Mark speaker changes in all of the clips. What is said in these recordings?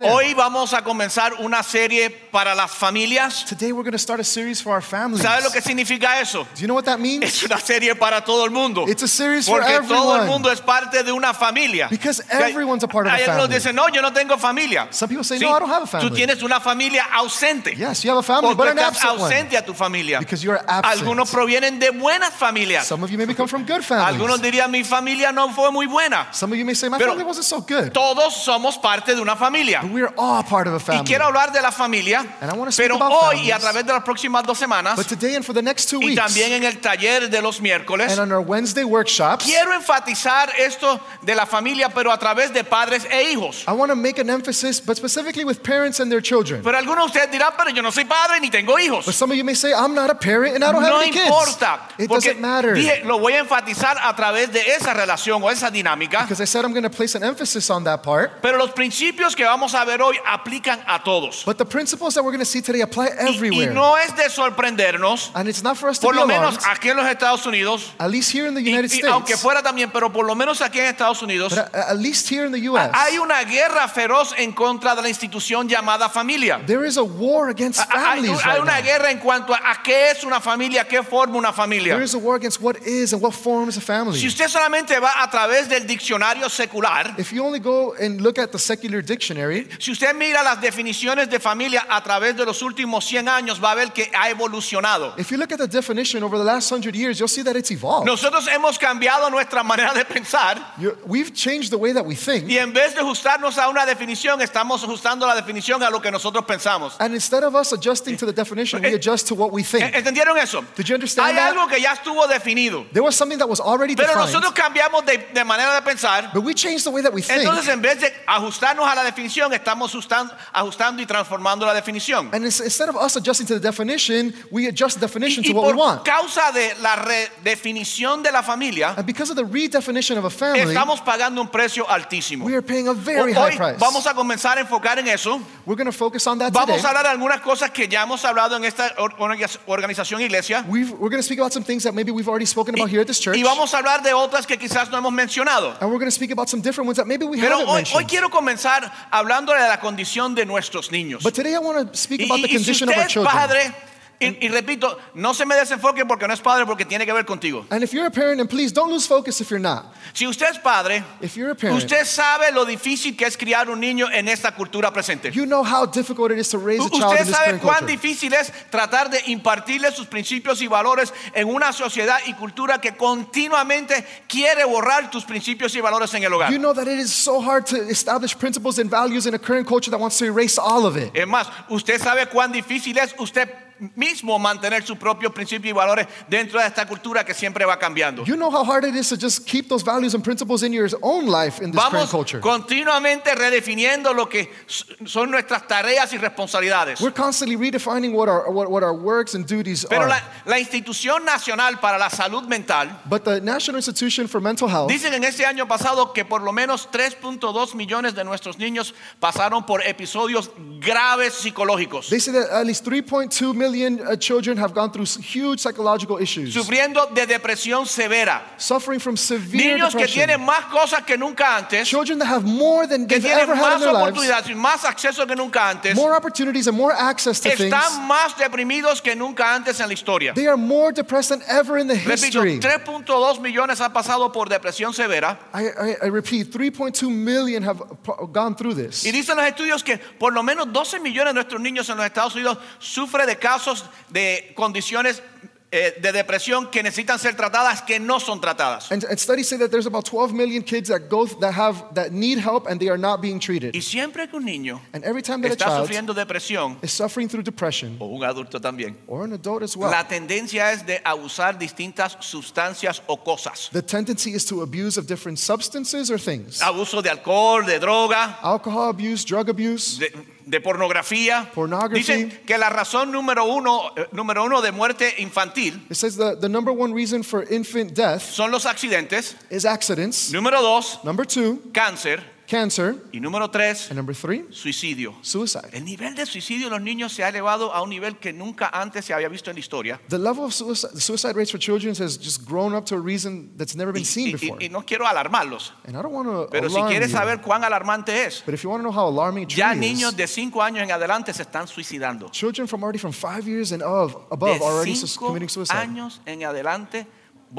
Speaker 1: Hoy vamos a comenzar una serie para las familias.
Speaker 2: Today we're going to start a series for our families.
Speaker 1: ¿Sabes lo que significa eso?
Speaker 2: Do you know what that means?
Speaker 1: Es una serie para todo el mundo.
Speaker 2: It's a series for
Speaker 1: Porque todo el
Speaker 2: everyone.
Speaker 1: mundo es parte de una familia.
Speaker 2: Because everyone's a part of a
Speaker 1: Hay algunos
Speaker 2: family.
Speaker 1: dicen, no, yo no tengo familia.
Speaker 2: Some people say,
Speaker 1: Sí,
Speaker 2: no, I don't have a
Speaker 1: Tú
Speaker 2: family.
Speaker 1: tienes una familia ausente.
Speaker 2: Yes, you have a family,
Speaker 1: Porque
Speaker 2: but an
Speaker 1: estás
Speaker 2: absent one.
Speaker 1: ausente a tu familia.
Speaker 2: Because you are
Speaker 1: Algunos
Speaker 2: absent.
Speaker 1: provienen de buenas familias.
Speaker 2: Some of you maybe come from good
Speaker 1: Algunos
Speaker 2: families.
Speaker 1: dirían, mi familia no fue muy buena.
Speaker 2: Some of you may say, my
Speaker 1: Pero-
Speaker 2: family wasn't so good.
Speaker 1: Todos somos parte de una familia.
Speaker 2: But we are all part of a
Speaker 1: Y
Speaker 2: family.
Speaker 1: quiero hablar de la familia,
Speaker 2: And I wanna speak
Speaker 1: pero
Speaker 2: about
Speaker 1: hoy y a
Speaker 2: families.
Speaker 1: través de las próximas dos semanas
Speaker 2: But today and for the next two
Speaker 1: y
Speaker 2: weeks,
Speaker 1: también en el taller de los miércoles,
Speaker 2: and on our Wednesday workshops,
Speaker 1: quiero enfatizar esto de la familia, pero a través de padres e hijos.
Speaker 2: I want to make an emphasis, but specifically with parents and their children.
Speaker 1: Pero algunos de ustedes dirán, pero yo no soy padre ni tengo
Speaker 2: But
Speaker 1: hijos.
Speaker 2: some of you may say, I'm not a parent and Pues, I don't have
Speaker 1: No
Speaker 2: any kids.
Speaker 1: importa,
Speaker 2: It
Speaker 1: porque
Speaker 2: doesn't matter.
Speaker 1: dije, lo voy a enfatizar a través de esa relación o esa dinámica.
Speaker 2: Because I said I'm going to place an emphasis on that part.
Speaker 1: Pero los principios que vamos a ver hoy aplican a todos.
Speaker 2: But the principles that we're going to see today apply
Speaker 1: Y, y
Speaker 2: Pues, everywhere.
Speaker 1: no es de sorprendernos,
Speaker 2: and it's not for us to
Speaker 1: por
Speaker 2: be
Speaker 1: lo
Speaker 2: alarmed,
Speaker 1: menos aquí en los Estados Unidos,
Speaker 2: at least here in the
Speaker 1: Y-
Speaker 2: United
Speaker 1: y
Speaker 2: States,
Speaker 1: aunque fuera también, pero por lo menos aquí en Estados Unidos,
Speaker 2: but a- at least here in the U.S.,
Speaker 1: hay una guerra feroz en contra de la institución llamada familia.
Speaker 2: there is a war against
Speaker 1: Ha- Hay,
Speaker 2: families
Speaker 1: hay
Speaker 2: right
Speaker 1: una
Speaker 2: now.
Speaker 1: guerra en cuanto a, a qué es una familia, qué forma una
Speaker 2: There
Speaker 1: familia.
Speaker 2: is a war against what is and what forms a family.
Speaker 1: Si usted solamente va a través del diccionario secular,
Speaker 2: if you only go and look at the secular dictionary,
Speaker 1: si usted mira las definiciones de familia a través de los últimos 100 años, va a ver que ha evolucionado.
Speaker 2: if you look at the definition over the last hundred years, you'll see that it's evolved.
Speaker 1: Nosotros hemos cambiado nuestra manera de pensar
Speaker 2: You- we've changed the way that we think.
Speaker 1: y en vez de ajustarnos a una definición, estamos ajustando la definición a lo que nosotros pensamos.
Speaker 2: And instead of us adjusting to the definition, we
Speaker 1: Eh,
Speaker 2: adjust to what we
Speaker 1: ¿E-
Speaker 2: think.
Speaker 1: ¿Entendieron eso?
Speaker 2: Did you understand
Speaker 1: Hay
Speaker 2: that?
Speaker 1: algo que ya estuvo definido.
Speaker 2: There was something that was already
Speaker 1: Pero
Speaker 2: defined,
Speaker 1: nosotros cambiamos de, de manera de pensar.
Speaker 2: but we changed the way that we think.
Speaker 1: Entonces, en vez de ajustarnos a la definición, estamos ajustan- ajustando y transformando la definición.
Speaker 2: And it's, instead of us adjusting to the definition, we adjust the definition
Speaker 1: Y, y
Speaker 2: to what we
Speaker 1: por
Speaker 2: want.
Speaker 1: causa de la redefinición de la familia,
Speaker 2: And because of the redefinition of a family,
Speaker 1: estamos pagando un precio altísimo.
Speaker 2: we are paying a
Speaker 1: Ho-
Speaker 2: very high
Speaker 1: Hoy
Speaker 2: price.
Speaker 1: vamos a comenzar a enfocar en eso.
Speaker 2: We're going to focus on that
Speaker 1: Vamos
Speaker 2: today.
Speaker 1: a hablar de algunas cosas que ya hemos hablado en esta or- or- organización iglesia.
Speaker 2: We've, we're going to speak about some things that maybe we've already spoken about here at this church.
Speaker 1: Y vamos a hablar de otras que quizás no hemos mencionado.
Speaker 2: and we're going to speak about some different ones that maybe we
Speaker 1: Pero
Speaker 2: haven't
Speaker 1: hoy, hoy
Speaker 2: mentioned.
Speaker 1: quiero comenzar hablando de la condición de nuestros niños.
Speaker 2: But today I want to speak
Speaker 1: Y,
Speaker 2: about
Speaker 1: y-
Speaker 2: the
Speaker 1: y si
Speaker 2: condition
Speaker 1: usted
Speaker 2: of our
Speaker 1: es
Speaker 2: children.
Speaker 1: padre, y, y repito, no se me desenfoque porque no es padre, porque tiene que ver contigo.
Speaker 2: and if you're a parent, and please don't lose focus if you're not.
Speaker 1: Si usted es padre,
Speaker 2: If you're a parent,
Speaker 1: usted sabe lo difícil que es criar un niño en esta cultura presente.
Speaker 2: you know how difficult it is to raise a
Speaker 1: U-
Speaker 2: child in
Speaker 1: Usted
Speaker 2: this
Speaker 1: sabe
Speaker 2: parent
Speaker 1: cuán
Speaker 2: culture.
Speaker 1: difícil es tratar de impartirle sus principios y valores en una sociedad y cultura que continuamente quiere borrar tus principios y valores en el hogar.
Speaker 2: You know that it is so hard to establish principles and values in a current culture that wants to erase all of it.
Speaker 1: Es más, usted sabe cuán difícil es usted mismo mantener sus propios principios y valores dentro de esta cultura que siempre va cambiando.
Speaker 2: You know how hard it is to just keep those values and principles in your own life in this current
Speaker 1: Vamos
Speaker 2: culture.
Speaker 1: continuamente redefiniendo lo que s- son nuestras tareas y responsabilidades.
Speaker 2: We're constantly redefining what our, what, what our works and duties
Speaker 1: Pero
Speaker 2: are.
Speaker 1: la, la Institución Nacional para la Salud Mental
Speaker 2: but the National Institution for Mental Health
Speaker 1: dicen en este año pasado que por lo menos 3.2 millones de nuestros niños pasaron por episodios graves psicológicos,
Speaker 2: they say that at least 3.2 million uh, children have gone through s- huge psychological issues,
Speaker 1: sufriendo de depresión severa.
Speaker 2: suffering from severe
Speaker 1: Niños que
Speaker 2: depression.
Speaker 1: tienen más cosas que nunca antes.
Speaker 2: children that have more than
Speaker 1: que
Speaker 2: they've
Speaker 1: tienen
Speaker 2: ever had in
Speaker 1: más
Speaker 2: their lives,
Speaker 1: oportunidades y más acceso que nunca antes,
Speaker 2: more opportunities and more access to things.
Speaker 1: están más deprimidos que nunca antes en la historia.
Speaker 2: They are more depressed than ever in the
Speaker 1: Repito,
Speaker 2: history.
Speaker 1: 3.2 millones han pasado por depresión severa.
Speaker 2: I, I, I repeat, 3.2 million have p- gone through this.
Speaker 1: Y dicen los estudios que por lo menos 12 millones de nuestros niños en los Estados Unidos sufren de casos de condiciones eh, de depresión que necesitan ser tratadas, que no son tratadas.
Speaker 2: And, and studies say that there's about 12 million kids that go that have that need help and they are not being
Speaker 1: Y
Speaker 2: treated.
Speaker 1: siempre que un niño
Speaker 2: And every time that a
Speaker 1: está
Speaker 2: child
Speaker 1: sufriendo depresión,
Speaker 2: is suffering through depression
Speaker 1: o un adulto también,
Speaker 2: or an adult as well,
Speaker 1: la tendencia es de abusar distintas sustancias o cosas.
Speaker 2: the tendency is to abuse of different substances or things.
Speaker 1: Abuso de alcohol, de droga,
Speaker 2: Alcohol abuse, drug abuse.
Speaker 1: de, de pornografía.
Speaker 2: Pornography.
Speaker 1: Dicen que la razón número uno, eh, número uno de muerte infantil
Speaker 2: It says the, the number one reason for infant death
Speaker 1: son los accidentes.
Speaker 2: is accidents.
Speaker 1: Número dos,
Speaker 2: Number two,
Speaker 1: cáncer.
Speaker 2: cancer,
Speaker 1: Y número tres,
Speaker 2: and number three,
Speaker 1: suicidio.
Speaker 2: suicide.
Speaker 1: El nivel de suicidio en los niños se ha elevado a un nivel que nunca antes se había visto en la historia.
Speaker 2: The level of suicide, suicide rates for children has just grown up to a reason that's never
Speaker 1: Y,
Speaker 2: been seen
Speaker 1: y-
Speaker 2: before.
Speaker 1: y- y no quiero alarmarlos,
Speaker 2: And I don't want to
Speaker 1: pero si
Speaker 2: alarm you,
Speaker 1: quieres saber cuán alarmante es,
Speaker 2: but if you want to know how alarming it
Speaker 1: ya
Speaker 2: truly
Speaker 1: niños
Speaker 2: is,
Speaker 1: de 5 años en adelante se están suicidando.
Speaker 2: children from already from five years and of, above are already
Speaker 1: De
Speaker 2: sus-
Speaker 1: 5
Speaker 2: committing suicide.
Speaker 1: años en adelante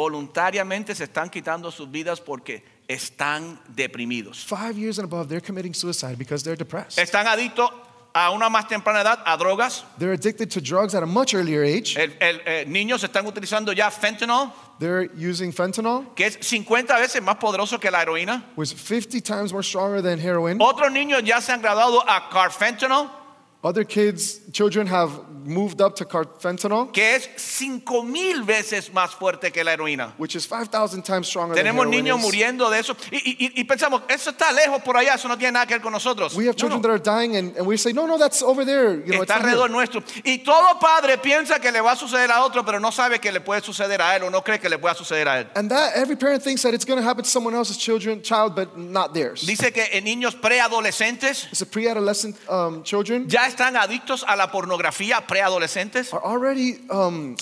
Speaker 1: voluntariamente se están quitando sus vidas porque están deprimidos.
Speaker 2: Five years and above, they're committing suicide because they're depressed.
Speaker 1: Están adictos a una más temprana edad a drogas.
Speaker 2: They're addicted to drugs at a much earlier age.
Speaker 1: El- el- eh, niños están utilizando ya fentanyl,
Speaker 2: They're using fentanyl,
Speaker 1: que es 50 veces más poderoso que la heroína.
Speaker 2: which is 50 times more stronger than heroin.
Speaker 1: Otros niños ya se han graduado a carfentanil,
Speaker 2: Other kids, children have moved up to car- fentanyl,
Speaker 1: que es 5000 veces más fuerte que la heroína.
Speaker 2: which is 5,000 times stronger than
Speaker 1: Tenemos
Speaker 2: heroin.
Speaker 1: niños
Speaker 2: is.
Speaker 1: muriendo de eso y, y- y pensamos, eso está lejos por allá, eso no tiene nada que ver con nosotros.
Speaker 2: We have
Speaker 1: No, no.
Speaker 2: children that are dying, and, and we say, no, no, that's over there. You know, it's
Speaker 1: Está
Speaker 2: not here."
Speaker 1: alrededor nuestro. Y todo padre piensa que le va a suceder a otro, pero no sabe que le puede suceder a él o no cree que le pueda suceder a él.
Speaker 2: And that every parent thinks that it's going to happen to someone else's children, child, but not theirs.
Speaker 1: Dice que en niños preadolescentes
Speaker 2: It's a pre-adolescent um, children
Speaker 1: ya están adictos a la pornografía, preadolescentes.
Speaker 2: are already um,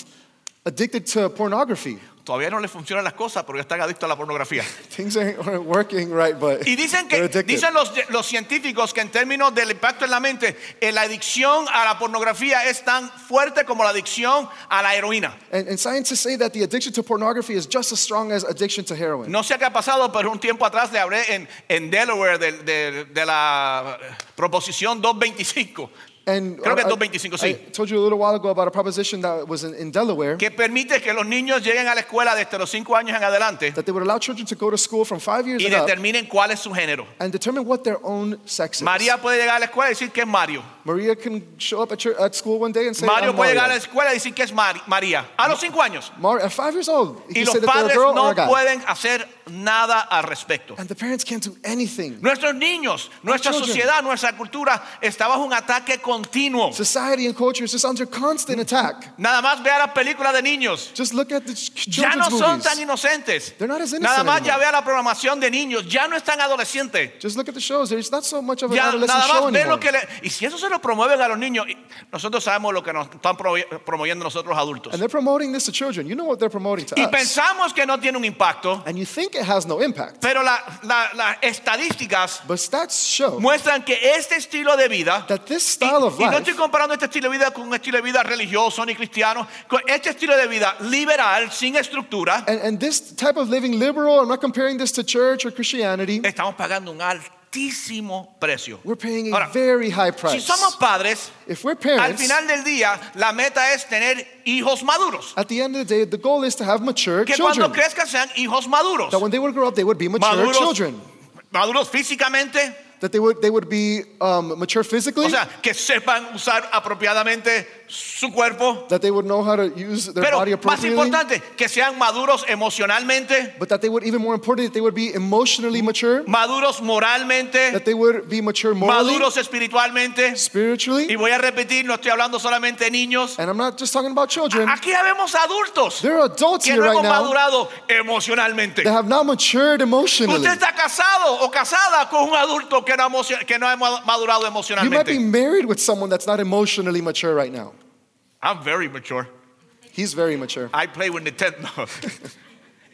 Speaker 2: addicted to pornography.
Speaker 1: Todavía no les funcionan las cosas, pero ya están adictos a la pornografía.
Speaker 2: Things ain't aren't working right, but
Speaker 1: Y dicen
Speaker 2: they're
Speaker 1: que
Speaker 2: addicted.
Speaker 1: dicen los, los científicos que en términos del impacto en la mente, eh, la adicción a la pornografía es tan fuerte como la adicción a la heroína.
Speaker 2: and, and scientists say that the addiction to pornography is just as strong as addiction to heroin.
Speaker 1: No sé qué ha pasado, pero un tiempo atrás le hablé en, en Delaware del- del- de, la eh, proposición 225,
Speaker 2: And uh,
Speaker 1: Creo que
Speaker 2: I- I-
Speaker 1: 2.25, sí.
Speaker 2: I told you a little while ago about a proposition that was in, in Delaware
Speaker 1: que permite que los niños lleguen a la escuela desde los 5 años en adelante
Speaker 2: that they would allow children to go to school from five years
Speaker 1: y
Speaker 2: and up
Speaker 1: determinen cuál es su género.
Speaker 2: and determine what their own sex is.
Speaker 1: María puede llegar a la escuela y decir que es Mario.
Speaker 2: Maria can show up at, church, at school one day and say,
Speaker 1: Mario
Speaker 2: I'm
Speaker 1: puede llegar a la
Speaker 2: Mario.
Speaker 1: escuela y decir que es Mari- María a los 5 años.
Speaker 2: Mar- at five years old, he
Speaker 1: Y
Speaker 2: can
Speaker 1: los
Speaker 2: say that they're a
Speaker 1: padres
Speaker 2: girl or
Speaker 1: no
Speaker 2: a guy.
Speaker 1: pueden hacer nada al respecto.
Speaker 2: And the parents can't do anything.
Speaker 1: Nuestros niños, nuestra
Speaker 2: children.
Speaker 1: sociedad, nuestra cultura está bajo un ataque continuo.
Speaker 2: Society and culture is just under constant attack.
Speaker 1: Nada más vea las películas de niños.
Speaker 2: Just look at the ch-
Speaker 1: Ya no
Speaker 2: children's
Speaker 1: son tan
Speaker 2: movies.
Speaker 1: inocentes.
Speaker 2: They're not as innocent
Speaker 1: Nada más ya
Speaker 2: anymore.
Speaker 1: vea la programación de niños. Ya no están adolescentes.
Speaker 2: Just look at the shows. There's not so much of an
Speaker 1: Ya
Speaker 2: adolescent
Speaker 1: nada
Speaker 2: show
Speaker 1: más ve
Speaker 2: anymore.
Speaker 1: lo que le- Y si eso se lo promueven a los niños, y- nosotros sabemos lo que nos están promovi- promoviendo nosotros los adultos.
Speaker 2: And they're promoting this to children. You know what they're promoting to
Speaker 1: Y
Speaker 2: us.
Speaker 1: pensamos que no tiene un impacto,
Speaker 2: And you think it has no impact.
Speaker 1: pero la- la- las estadísticas
Speaker 2: But stats show
Speaker 1: muestran que este estilo de vida
Speaker 2: that this style of
Speaker 1: Y, y no
Speaker 2: life,
Speaker 1: estoy comparando este estilo de vida con un estilo de vida religioso ni cristiano. Con este estilo de vida liberal, sin estructura,
Speaker 2: and, and this type of living liberal, I'm not comparing this to church or Christianity,
Speaker 1: estamos pagando un altísimo precio.
Speaker 2: we're paying a
Speaker 1: Ahora,
Speaker 2: very high
Speaker 1: Si
Speaker 2: price.
Speaker 1: somos padres,
Speaker 2: If we're
Speaker 1: al
Speaker 2: parents,
Speaker 1: final del día, la meta es tener hijos maduros.
Speaker 2: at the end of the day, the goal is to have mature
Speaker 1: Que cuando
Speaker 2: children.
Speaker 1: crezcan sean hijos maduros.
Speaker 2: That when they would grow up, they would be mature
Speaker 1: Maduros.
Speaker 2: children.
Speaker 1: Maduros físicamente,
Speaker 2: That they would, they would be um, mature physically.
Speaker 1: o sea, que sepan usar apropiadamente su cuerpo.
Speaker 2: that they would know how to use their
Speaker 1: Pero
Speaker 2: body
Speaker 1: más
Speaker 2: appropriately.
Speaker 1: importante, que sean maduros emocionalmente,
Speaker 2: But that they would, even more important, that they would be emotionally mature.
Speaker 1: maduros moralmente,
Speaker 2: That they would be mature morally,
Speaker 1: maduros espiritualmente. Y
Speaker 2: spiritually.
Speaker 1: voy a repetir, no estoy hablando solamente de niños.
Speaker 2: And I'm not just talking about children.
Speaker 1: Aquí ya vemos adultos
Speaker 2: There are adults
Speaker 1: Ah, que
Speaker 2: here
Speaker 1: no
Speaker 2: right
Speaker 1: hemos
Speaker 2: now
Speaker 1: madurado emocionalmente.
Speaker 2: that have not matured emotionally.
Speaker 1: Usted está casado o casada con un adulto que no, ha emocio- que no ha ma- madurado
Speaker 2: You might be
Speaker 1: emocionalmente.
Speaker 2: married with someone that's not emotionally mature right now.
Speaker 1: I'm very mature.
Speaker 2: He's very mature.
Speaker 1: I play with Nintendo.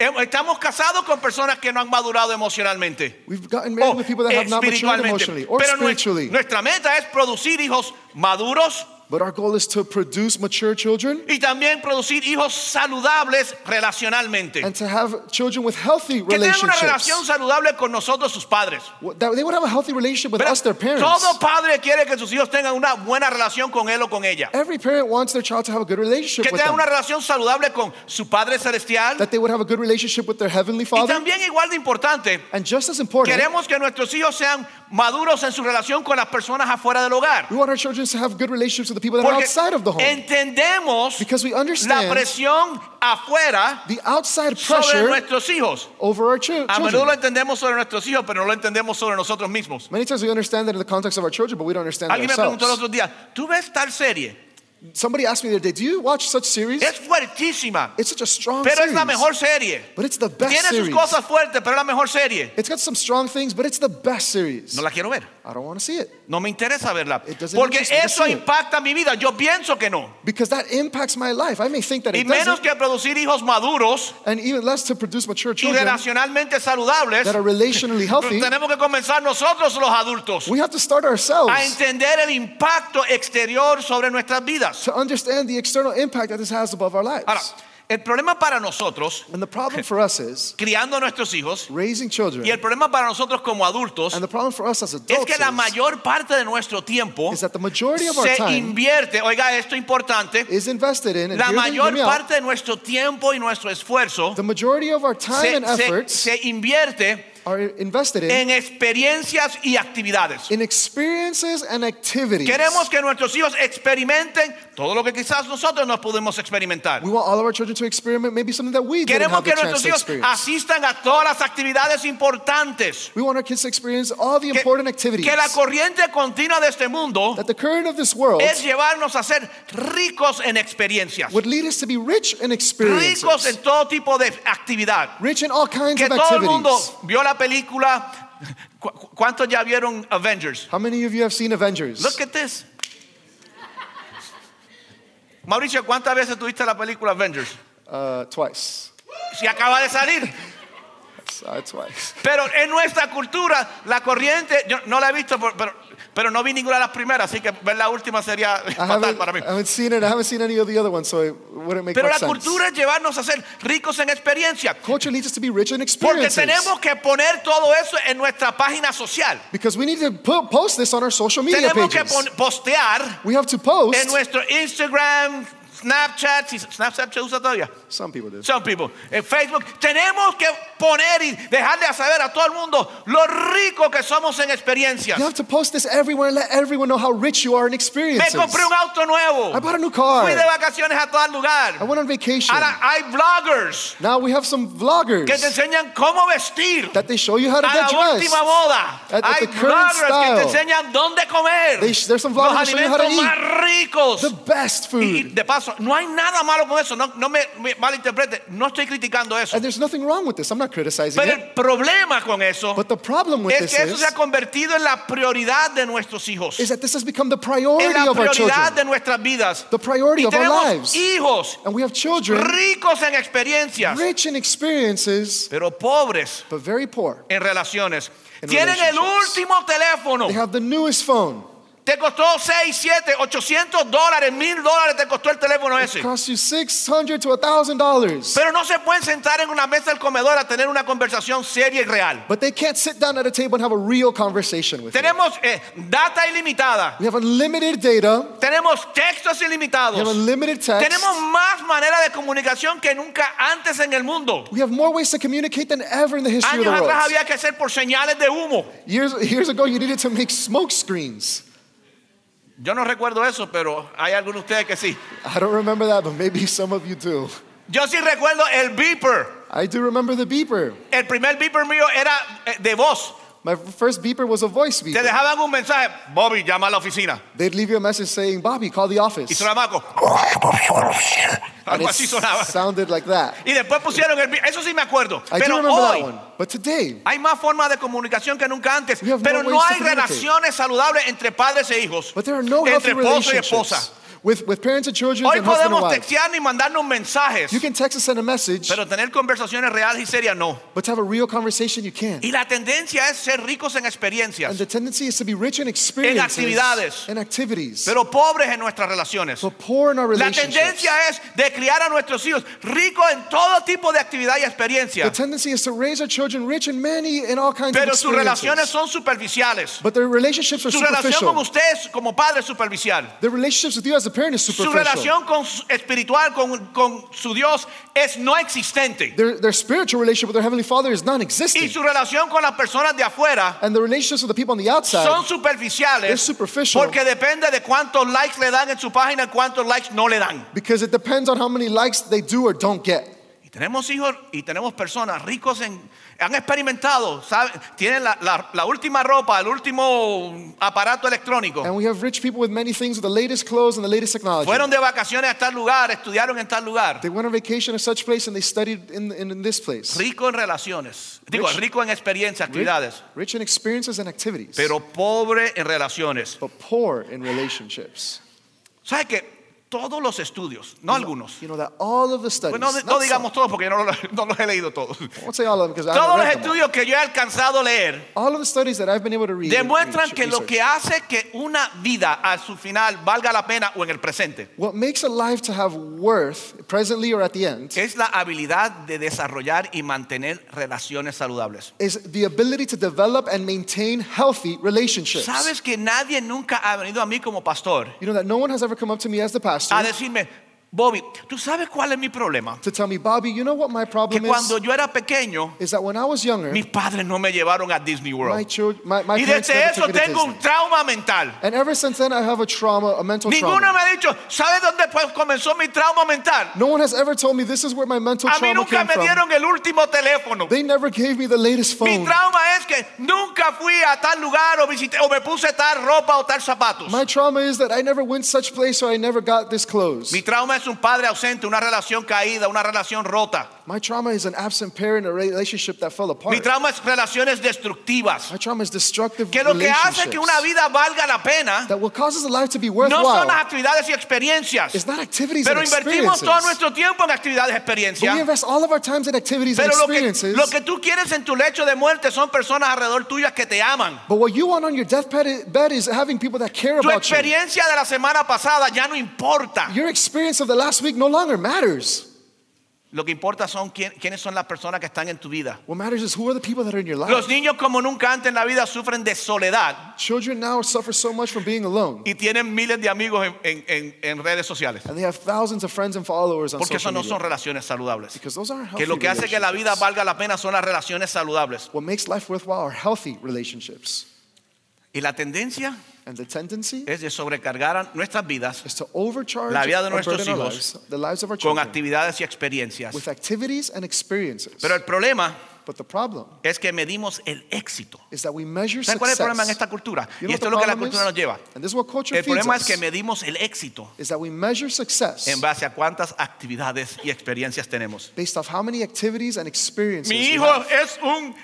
Speaker 1: Em- Estamos casados con personas que no han madurado emocionalmente.
Speaker 2: We've gotten
Speaker 1: O
Speaker 2: married with people that have not matured emotionally
Speaker 1: Oh, espiritualmente.
Speaker 2: or
Speaker 1: Pero nue-
Speaker 2: spiritually.
Speaker 1: nuestra meta es producir hijos maduros
Speaker 2: But our goal is to produce mature children
Speaker 1: y también producir hijos saludables relacionalmente.
Speaker 2: and to have children with healthy
Speaker 1: que tengan una relación
Speaker 2: relationships.
Speaker 1: saludable con nosotros, sus padres.
Speaker 2: What- that They would have a healthy relationship with
Speaker 1: Verá,
Speaker 2: us, their parents.
Speaker 1: Todo padre quiere que sus hijos tengan una buena relación con él o con ella.
Speaker 2: Every parent wants their child to have a good
Speaker 1: Que
Speaker 2: relationship with
Speaker 1: tengan
Speaker 2: them.
Speaker 1: una relación saludable con su Padre Celestial.
Speaker 2: That they would have a good relationship with their heavenly
Speaker 1: Y
Speaker 2: father.
Speaker 1: también igual de importante,
Speaker 2: And just as important,
Speaker 1: queremos que nuestros hijos sean maduros en su relación con las personas afuera del hogar.
Speaker 2: we want our children to have good relationships with the people that are
Speaker 1: Porque
Speaker 2: outside of the home.
Speaker 1: entendemos
Speaker 2: Because we
Speaker 1: la
Speaker 2: understand
Speaker 1: presión afuera
Speaker 2: the outside
Speaker 1: sobre
Speaker 2: pressure
Speaker 1: nuestros hijos.
Speaker 2: over our chil-
Speaker 1: A menudo lo
Speaker 2: children.
Speaker 1: entendemos sobre nuestros hijos, pero no lo entendemos sobre nosotros mismos.
Speaker 2: Many times we understand that in the context of our children, but we don't understand it
Speaker 1: Alguien me preguntó el
Speaker 2: ourselves.
Speaker 1: otro día, ¿tú ves tal serie?
Speaker 2: Somebody asked me the other day, do you watch such series?
Speaker 1: Es fuertísima,
Speaker 2: It's such a strong
Speaker 1: pero es
Speaker 2: series.
Speaker 1: la mejor serie.
Speaker 2: But it's the best
Speaker 1: Tiene sus
Speaker 2: series.
Speaker 1: cosas fuertes, pero es la mejor serie.
Speaker 2: It's got some strong things, but it's the best series.
Speaker 1: No la quiero ver.
Speaker 2: I don't want to see it
Speaker 1: No me interesa verla.
Speaker 2: It doesn't
Speaker 1: Porque
Speaker 2: interest me to
Speaker 1: eso
Speaker 2: see it.
Speaker 1: impacta mi vida. Yo pienso que no.
Speaker 2: because that impacts my life. I may think that
Speaker 1: Y
Speaker 2: it
Speaker 1: menos
Speaker 2: doesn't,
Speaker 1: que producir hijos maduros
Speaker 2: and even less to produce mature
Speaker 1: y
Speaker 2: children
Speaker 1: relacionalmente saludables,
Speaker 2: that are relationally healthy.
Speaker 1: tenemos que comenzar nosotros los adultos
Speaker 2: We have to start ourselves
Speaker 1: a entender el impacto exterior sobre nuestras vidas.
Speaker 2: to understand the external impact that this has above our lives.
Speaker 1: Ahora, el problema para nosotros,
Speaker 2: and the problem for us is
Speaker 1: criando a nuestros hijos,
Speaker 2: raising children.
Speaker 1: y el problema para nosotros como adultos,
Speaker 2: and the problem for us as
Speaker 1: es
Speaker 2: adults
Speaker 1: que la
Speaker 2: is-
Speaker 1: mayor parte de nuestro tiempo
Speaker 2: is that the majority of our
Speaker 1: se
Speaker 2: time
Speaker 1: invierte, oiga esto importante,
Speaker 2: is invested in, and
Speaker 1: la
Speaker 2: hear me- hear
Speaker 1: mayor
Speaker 2: me out,
Speaker 1: parte de nuestro tiempo y nuestro esfuerzo
Speaker 2: the majority of our time
Speaker 1: se,
Speaker 2: and
Speaker 1: se-
Speaker 2: efforts
Speaker 1: se invierte
Speaker 2: are invested in,
Speaker 1: en experiencias y actividades.
Speaker 2: in experiences and activities.
Speaker 1: Queremos que nuestros hijos experimenten todo lo que quizás nosotros no pudimos experimentar.
Speaker 2: we want all of our children to experiment maybe something that we didn't
Speaker 1: Queremos
Speaker 2: have the
Speaker 1: que
Speaker 2: chance
Speaker 1: nuestros
Speaker 2: to
Speaker 1: hijos
Speaker 2: experience.
Speaker 1: asistan a todas las actividades importantes.
Speaker 2: we want our kids to experience all the
Speaker 1: Que,
Speaker 2: important activities.
Speaker 1: que la corriente continua de este mundo
Speaker 2: that the current of this world
Speaker 1: es llevarnos a ser ricos en experiencias,
Speaker 2: would lead us to be rich in experiences.
Speaker 1: ricos en todo tipo de actividad.
Speaker 2: rich in all kinds
Speaker 1: Que
Speaker 2: of
Speaker 1: todo el
Speaker 2: activities.
Speaker 1: mundo vio la película. ¿Cu- cu- ¿Cuántos ya vieron Avengers?
Speaker 2: How many of you have seen Avengers?
Speaker 1: Look at this. Mauricio, ¿cuántas veces tuviste la película Avengers?
Speaker 2: uh, twice.
Speaker 1: Si acaba de salir.
Speaker 2: Saw it twice.
Speaker 1: Pero en nuestra cultura, la corriente, yo no la he visto, por- pero, pero no vi ninguna de las primeras, así que ver la última sería
Speaker 2: I
Speaker 1: fatal
Speaker 2: haven't,
Speaker 1: para mí.
Speaker 2: I haven't seen it. I haven't seen any of the other ones, so it wouldn't make
Speaker 1: Pero la
Speaker 2: much sense.
Speaker 1: cultura es llevarnos a ser ricos en experiencia.
Speaker 2: Culture leads us to be rich in
Speaker 1: Porque
Speaker 2: experiences.
Speaker 1: tenemos que poner todo eso en nuestra página social.
Speaker 2: Because we need to po- post this on our social media
Speaker 1: Tenemos que
Speaker 2: pages.
Speaker 1: pon- postear
Speaker 2: we have to
Speaker 1: en
Speaker 2: post.
Speaker 1: nuestro Instagram, Snapchat, si Snapchat se usa todavía.
Speaker 2: Some people do.
Speaker 1: Some people. En Facebook. Tenemos que poner y dejarle a saber a todo el mundo lo rico que somos en experiencias.
Speaker 2: You have to post this everywhere and let everyone know how rich you are in
Speaker 1: Me
Speaker 2: experiences.
Speaker 1: compré un auto nuevo.
Speaker 2: I bought a new car.
Speaker 1: Fui de vacaciones a todo lugar.
Speaker 2: I went on vacation.
Speaker 1: Ahora hay bloggers
Speaker 2: now we have some vloggers
Speaker 1: que te enseñan cómo vestir
Speaker 2: that they show you how to
Speaker 1: a la
Speaker 2: get dressed.
Speaker 1: última moda.
Speaker 2: At- at
Speaker 1: hay
Speaker 2: the current
Speaker 1: bloggers que te
Speaker 2: style.
Speaker 1: enseñan dónde comer.
Speaker 2: They sh- there's some
Speaker 1: los
Speaker 2: vloggers that show you how to
Speaker 1: alimentos más ricos.
Speaker 2: The best
Speaker 1: Y-
Speaker 2: food.
Speaker 1: y de paso, no hay nada malo con eso. No, no me, me malinterprete. No estoy criticando eso.
Speaker 2: and there's nothing wrong with this. I'm not criticizing
Speaker 1: Pero
Speaker 2: it.
Speaker 1: el problema con eso
Speaker 2: But the problem with
Speaker 1: es
Speaker 2: this
Speaker 1: que eso
Speaker 2: is,
Speaker 1: se ha convertido en la prioridad de nuestros hijos.
Speaker 2: is that this has become the
Speaker 1: en
Speaker 2: priority
Speaker 1: la
Speaker 2: of our
Speaker 1: prioridad
Speaker 2: children.
Speaker 1: de nuestras vidas.
Speaker 2: The priority
Speaker 1: Y
Speaker 2: of our
Speaker 1: tenemos
Speaker 2: lives.
Speaker 1: hijos
Speaker 2: And we have children
Speaker 1: ricos en experiencias,
Speaker 2: rich in experiences,
Speaker 1: pero pobres
Speaker 2: but very poor.
Speaker 1: en relaciones.
Speaker 2: In
Speaker 1: Tienen el
Speaker 2: relationships.
Speaker 1: último teléfono.
Speaker 2: They have the newest phone.
Speaker 1: Te costó 6, 7, 800 dólares, 1000 dólares te costó el teléfono ese.
Speaker 2: It costs you six hundred to thousand dollars.
Speaker 1: Pero no se pueden sentar en una mesa del comedor a tener una conversación seria y real.
Speaker 2: But they can't sit down at a table and have a real conversation with you.
Speaker 1: Tenemos eh, data ilimitada.
Speaker 2: We have unlimited data.
Speaker 1: Tenemos textos
Speaker 2: We have
Speaker 1: ilimitados.
Speaker 2: unlimited text.
Speaker 1: Tenemos más manera de comunicación que nunca antes en el mundo.
Speaker 2: We have more ways to communicate than ever in the history of the
Speaker 1: Años atrás
Speaker 2: world.
Speaker 1: había que hacer por señales de humo.
Speaker 2: Years, years ago, you needed to make smoke screens.
Speaker 1: Yo no recuerdo eso, pero hay algunos de ustedes que sí.
Speaker 2: I don't remember that, but maybe some of you do.
Speaker 1: Yo sí recuerdo el beeper.
Speaker 2: I do remember the beeper.
Speaker 1: El primer beeper mío era eh, de voz.
Speaker 2: My first beeper was a voice
Speaker 1: Te
Speaker 2: beeper.
Speaker 1: dejaban un mensaje, Bobby, llama a la oficina.
Speaker 2: They'd leave you a message saying, Bobby, call the
Speaker 1: Y
Speaker 2: office.
Speaker 1: sonaba algo.
Speaker 2: And
Speaker 1: Algo
Speaker 2: it
Speaker 1: así sonaba.
Speaker 2: sounded like that.
Speaker 1: Y después pusieron el beeper. Eso sí me acuerdo.
Speaker 2: I do
Speaker 1: Pero
Speaker 2: remember that
Speaker 1: hoy
Speaker 2: one. But today,
Speaker 1: hay más formas de comunicación que nunca antes.
Speaker 2: We have
Speaker 1: Pero
Speaker 2: more
Speaker 1: no
Speaker 2: ways to
Speaker 1: hay
Speaker 2: communicate.
Speaker 1: relaciones saludables entre padres e hijos.
Speaker 2: but there are no healthy
Speaker 1: entre esposo y
Speaker 2: relationships
Speaker 1: esposa.
Speaker 2: with, with parents and children
Speaker 1: Hoy
Speaker 2: and husband and
Speaker 1: podemos
Speaker 2: wife.
Speaker 1: textearnos y mandarnos mensajes.
Speaker 2: You can text and send a message,
Speaker 1: Pero tener conversaciones reales y serias no.
Speaker 2: but to have a real conversation, you can't.
Speaker 1: Y la tendencia es ser ricos en
Speaker 2: And
Speaker 1: experiencias,
Speaker 2: the tendency is to be rich in experiences
Speaker 1: actividades.
Speaker 2: and activities,
Speaker 1: pero pobres en nuestras relaciones.
Speaker 2: but poor in our
Speaker 1: La
Speaker 2: relationships.
Speaker 1: tendencia es de criar a nuestros hijos ricos en todo tipo de actividad y
Speaker 2: The
Speaker 1: experiencia,
Speaker 2: tendency is to raise our children rich in many and all kinds of
Speaker 1: pero sus relaciones
Speaker 2: experiences.
Speaker 1: son superficiales.
Speaker 2: But their relationships are
Speaker 1: Su relación con
Speaker 2: superficial.
Speaker 1: ustedes como padre es superficial.
Speaker 2: Their relationships with you as a parent is
Speaker 1: Su
Speaker 2: superficial.
Speaker 1: relación con su- espiritual con, con su Dios es no existente.
Speaker 2: Their, their spiritual relationship with their Heavenly Father is non
Speaker 1: Y
Speaker 2: existent.
Speaker 1: su relación con las personas de afuera
Speaker 2: And the relationships with the people on the
Speaker 1: son
Speaker 2: outside, they're
Speaker 1: superficiales
Speaker 2: superficial
Speaker 1: porque depende de cuántos likes le dan en su página y cuántos likes no le dan.
Speaker 2: because it depends on how many likes they do or don't get.
Speaker 1: Y tenemos hijos y tenemos personas ricos en, han experimentado, ¿saben? tienen la, la- la última ropa, el último aparato electrónico.
Speaker 2: And we have rich people with many things, with the latest clothes and the latest technology.
Speaker 1: Fueron de vacaciones a tal lugar, estudiaron en tal lugar.
Speaker 2: They went on vacation to such place and they studied in, in, in this place.
Speaker 1: Rico en relaciones, digo,
Speaker 2: Rich.
Speaker 1: rico en experiencias, actividades,
Speaker 2: Rich in experiences and activities,
Speaker 1: pero pobre en relaciones.
Speaker 2: but poor in relationships.
Speaker 1: ¿Sabes que Todos los estudios, no algunos,
Speaker 2: You know that all of the
Speaker 1: pues
Speaker 2: studies.
Speaker 1: no,
Speaker 2: not
Speaker 1: no digamos
Speaker 2: some,
Speaker 1: todos porque yo no, lo- no los he leído todos.
Speaker 2: I won't say all of them because I
Speaker 1: Todos los
Speaker 2: haven't read them all.
Speaker 1: estudios que yo he alcanzado a leer
Speaker 2: All of the studies that I've been able to read. and
Speaker 1: demuestran
Speaker 2: research-
Speaker 1: que lo
Speaker 2: research.
Speaker 1: que hace que una vida a su final valga la pena o en el presente
Speaker 2: What makes a life to have worth, presently or at the end,
Speaker 1: es la habilidad de desarrollar y mantener relaciones saludables.
Speaker 2: is the ability to develop and maintain healthy relationships.
Speaker 1: Sabes que nadie nunca ha venido a mí como pastor
Speaker 2: You know that no one has ever come up to me as the pastor
Speaker 1: a decirme, Bobby, ¿tú sabes cuál es mi problema?
Speaker 2: to tell me, Bobby, you know what my
Speaker 1: Que
Speaker 2: problem is?
Speaker 1: cuando yo era pequeño,
Speaker 2: Is that when I was younger,
Speaker 1: mis padres no me llevaron a Disney
Speaker 2: my
Speaker 1: World.
Speaker 2: children, my, my
Speaker 1: Y
Speaker 2: parents
Speaker 1: desde
Speaker 2: never
Speaker 1: eso
Speaker 2: took me to
Speaker 1: tengo
Speaker 2: Disney.
Speaker 1: un trauma mental.
Speaker 2: And ever since then, I have a trauma, a mental
Speaker 1: Ninguno me
Speaker 2: trauma.
Speaker 1: ha dicho, ¿sabes dónde pues comenzó mi trauma mental?
Speaker 2: No one has ever told me this is where my mental
Speaker 1: A mí
Speaker 2: trauma
Speaker 1: nunca
Speaker 2: came
Speaker 1: me
Speaker 2: from.
Speaker 1: dieron el último teléfono.
Speaker 2: They never gave me the latest
Speaker 1: Mi
Speaker 2: phone.
Speaker 1: trauma es que nunca fui a tal lugar o visité o me puse tal ropa o tal zapatos.
Speaker 2: My trauma is that I never went such place, so I never got this clothes.
Speaker 1: Mi trauma es un padre ausente, una relación caída, una relación rota.
Speaker 2: My trauma is an absent parent, a relationship that fell
Speaker 1: Mi
Speaker 2: apart.
Speaker 1: trauma es relaciones destructivas.
Speaker 2: My trauma is destructive
Speaker 1: Que lo que hace que una
Speaker 2: relationships.
Speaker 1: vida valga la pena
Speaker 2: That what causes a life to be
Speaker 1: no
Speaker 2: worthwhile
Speaker 1: son las actividades y experiencias.
Speaker 2: is not activities
Speaker 1: Pero
Speaker 2: and
Speaker 1: invertimos todo
Speaker 2: experiences.
Speaker 1: nuestro tiempo en actividades,
Speaker 2: But we
Speaker 1: experiencias.
Speaker 2: invest all of our times in activities and
Speaker 1: Pero lo que,
Speaker 2: experiences.
Speaker 1: lo que tú quieres en tu lecho de muerte son personas alrededor tuyas que te aman.
Speaker 2: But what you want on your deathbed i- bed is having people that care
Speaker 1: Tu
Speaker 2: about you.
Speaker 1: experiencia de la semana pasada ya no importa.
Speaker 2: Your experience of the last week no longer matters.
Speaker 1: Lo que importa son quién- quiénes son las personas que están en tu vida.
Speaker 2: What matters is who are the people that are in your life.
Speaker 1: Los niños como nunca antes en la vida sufren de soledad
Speaker 2: Children now suffer so much from being alone.
Speaker 1: y tienen miles de amigos en, en- en- en redes sociales.
Speaker 2: And they have thousands of friends and followers on
Speaker 1: Porque eso
Speaker 2: social
Speaker 1: no
Speaker 2: media.
Speaker 1: son relaciones saludables.
Speaker 2: Because those aren't healthy
Speaker 1: Que lo que hace que la vida
Speaker 2: relationships.
Speaker 1: valga la pena son las relaciones saludables.
Speaker 2: What makes life worthwhile are healthy relationships.
Speaker 1: Y la tendencia
Speaker 2: And the tendency
Speaker 1: es de sobrecargar a nuestras vidas
Speaker 2: is to overcharge
Speaker 1: La vida de
Speaker 2: or burden
Speaker 1: nuestros
Speaker 2: our
Speaker 1: hijos
Speaker 2: lives, the lives of our
Speaker 1: con
Speaker 2: children
Speaker 1: actividades y experiencias.
Speaker 2: with activities and experiences.
Speaker 1: Pero el problema
Speaker 2: but the problem
Speaker 1: es que medimos el éxito.
Speaker 2: is that we measure
Speaker 1: ¿Saben
Speaker 2: success.
Speaker 1: cuál es el problema en esta cultura? Y
Speaker 2: You know
Speaker 1: esto es lo
Speaker 2: what
Speaker 1: que
Speaker 2: the
Speaker 1: la
Speaker 2: problem
Speaker 1: cultura nos lleva.
Speaker 2: is? And this is what culture
Speaker 1: El
Speaker 2: feeds
Speaker 1: problema es
Speaker 2: us,
Speaker 1: que medimos el éxito
Speaker 2: is that we measure success
Speaker 1: en base a cuántas actividades y experiencias tenemos.
Speaker 2: based off how many activities and experiences
Speaker 1: Mi
Speaker 2: we
Speaker 1: hijo
Speaker 2: have.
Speaker 1: es un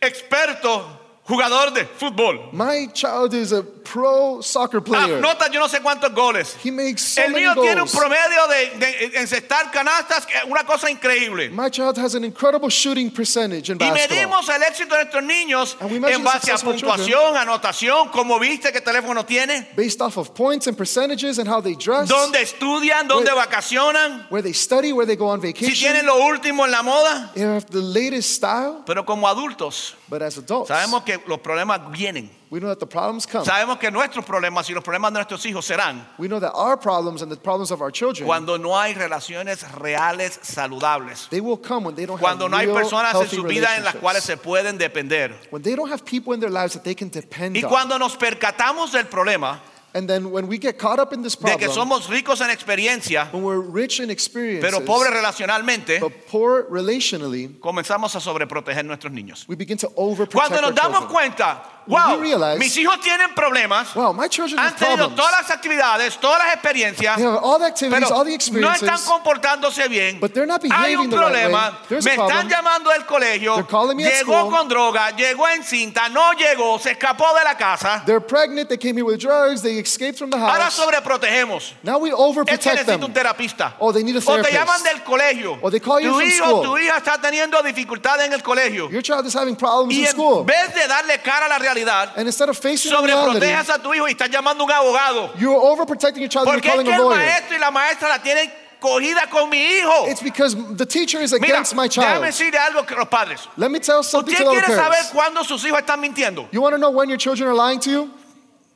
Speaker 1: experto jugador de fútbol.
Speaker 2: My child is a pro soccer player.
Speaker 1: Anota yo Ah, no sé cuántos goles.
Speaker 2: he makes so
Speaker 1: El
Speaker 2: many
Speaker 1: mío tiene un
Speaker 2: goals.
Speaker 1: promedio de, de encestar canastas, que es una cosa increíble.
Speaker 2: My child has an incredible shooting percentage in
Speaker 1: Y
Speaker 2: basketball.
Speaker 1: medimos el éxito de nuestros niños
Speaker 2: And we measure
Speaker 1: en base a
Speaker 2: success with
Speaker 1: puntuación, anotación, cómo viste, qué teléfono tiene,
Speaker 2: Based off of points and percentages and how they dress,
Speaker 1: dónde estudian, dónde
Speaker 2: Wait.
Speaker 1: vacacionan,
Speaker 2: where they study, where they go on
Speaker 1: si
Speaker 2: vacation,
Speaker 1: tienen lo último en la moda.
Speaker 2: they have the latest style.
Speaker 1: Pero como adultos,
Speaker 2: But as adults,
Speaker 1: sabemos que los problemas vienen.
Speaker 2: we know that the problems come.
Speaker 1: Sabemos que nuestros problemas y los problemas de nuestros hijos serán
Speaker 2: We know that our problems and the problems of our children,
Speaker 1: cuando no hay relaciones reales saludables,
Speaker 2: they will come when they don't
Speaker 1: cuando
Speaker 2: have
Speaker 1: no hay
Speaker 2: real,
Speaker 1: personas en
Speaker 2: healthy
Speaker 1: su vida en las
Speaker 2: relationships.
Speaker 1: cuales se pueden depender.
Speaker 2: When they don't have people in their lives that they can depend
Speaker 1: Y
Speaker 2: on.
Speaker 1: cuando nos percatamos del problema,
Speaker 2: And then when we get caught up in this
Speaker 1: de
Speaker 2: problem,
Speaker 1: que somos ricos en experiencia,
Speaker 2: when we're rich in experiences,
Speaker 1: pero pobres relacionalmente,
Speaker 2: but poor relationally,
Speaker 1: comenzamos a sobreproteger nuestros niños.
Speaker 2: we begin to overprotect
Speaker 1: Cuando
Speaker 2: our
Speaker 1: nos damos
Speaker 2: children.
Speaker 1: cuenta,
Speaker 2: When we
Speaker 1: wow,
Speaker 2: realize-
Speaker 1: mis hijos tienen problemas,
Speaker 2: Wow, my children
Speaker 1: han
Speaker 2: have
Speaker 1: tenido
Speaker 2: problems.
Speaker 1: todas las actividades, todas las experiencias,
Speaker 2: They have all the activities,
Speaker 1: Pero
Speaker 2: all the
Speaker 1: no están
Speaker 2: experiences.
Speaker 1: comportándose bien.
Speaker 2: But they're not
Speaker 1: Hay
Speaker 2: behaving
Speaker 1: un
Speaker 2: the right way.
Speaker 1: problema.
Speaker 2: There's a
Speaker 1: Me están
Speaker 2: problem.
Speaker 1: llamando del colegio.
Speaker 2: They're calling me at
Speaker 1: Llegó
Speaker 2: school.
Speaker 1: con droga, llegó en cinta, no llegó, se escapó de la casa.
Speaker 2: They're pregnant, they came here with drugs, they escaped from the
Speaker 1: Ahora
Speaker 2: house.
Speaker 1: sobreprotegemos.
Speaker 2: Now we
Speaker 1: Es que
Speaker 2: overprotect
Speaker 1: necesito un
Speaker 2: them.
Speaker 1: terapista.
Speaker 2: Oh, they need a
Speaker 1: o te
Speaker 2: therapist.
Speaker 1: llaman del colegio.
Speaker 2: Or they call you
Speaker 1: tu
Speaker 2: from
Speaker 1: hijo,
Speaker 2: school.
Speaker 1: tu hija está teniendo dificultades en el colegio.
Speaker 2: Your child is having problems
Speaker 1: Y
Speaker 2: in
Speaker 1: en
Speaker 2: school.
Speaker 1: vez de darle cara a la realidad,
Speaker 2: And instead of facing the reality,
Speaker 1: sobreprotejas a tu hijo y estás llamando a un abogado.
Speaker 2: you're overprotecting your child and
Speaker 1: Porque
Speaker 2: you're
Speaker 1: es
Speaker 2: calling
Speaker 1: que
Speaker 2: a
Speaker 1: el
Speaker 2: lawyer.
Speaker 1: maestro y la maestra la tienen cogida con mi hijo.
Speaker 2: It's because the teacher is
Speaker 1: Mira,
Speaker 2: against my
Speaker 1: déjame
Speaker 2: child.
Speaker 1: decirle algo que los padres.
Speaker 2: Let me tell something
Speaker 1: ¿Usted
Speaker 2: to the
Speaker 1: quiere saber
Speaker 2: parents.
Speaker 1: cuándo sus hijos están mintiendo?
Speaker 2: You want to know when your children are lying to you?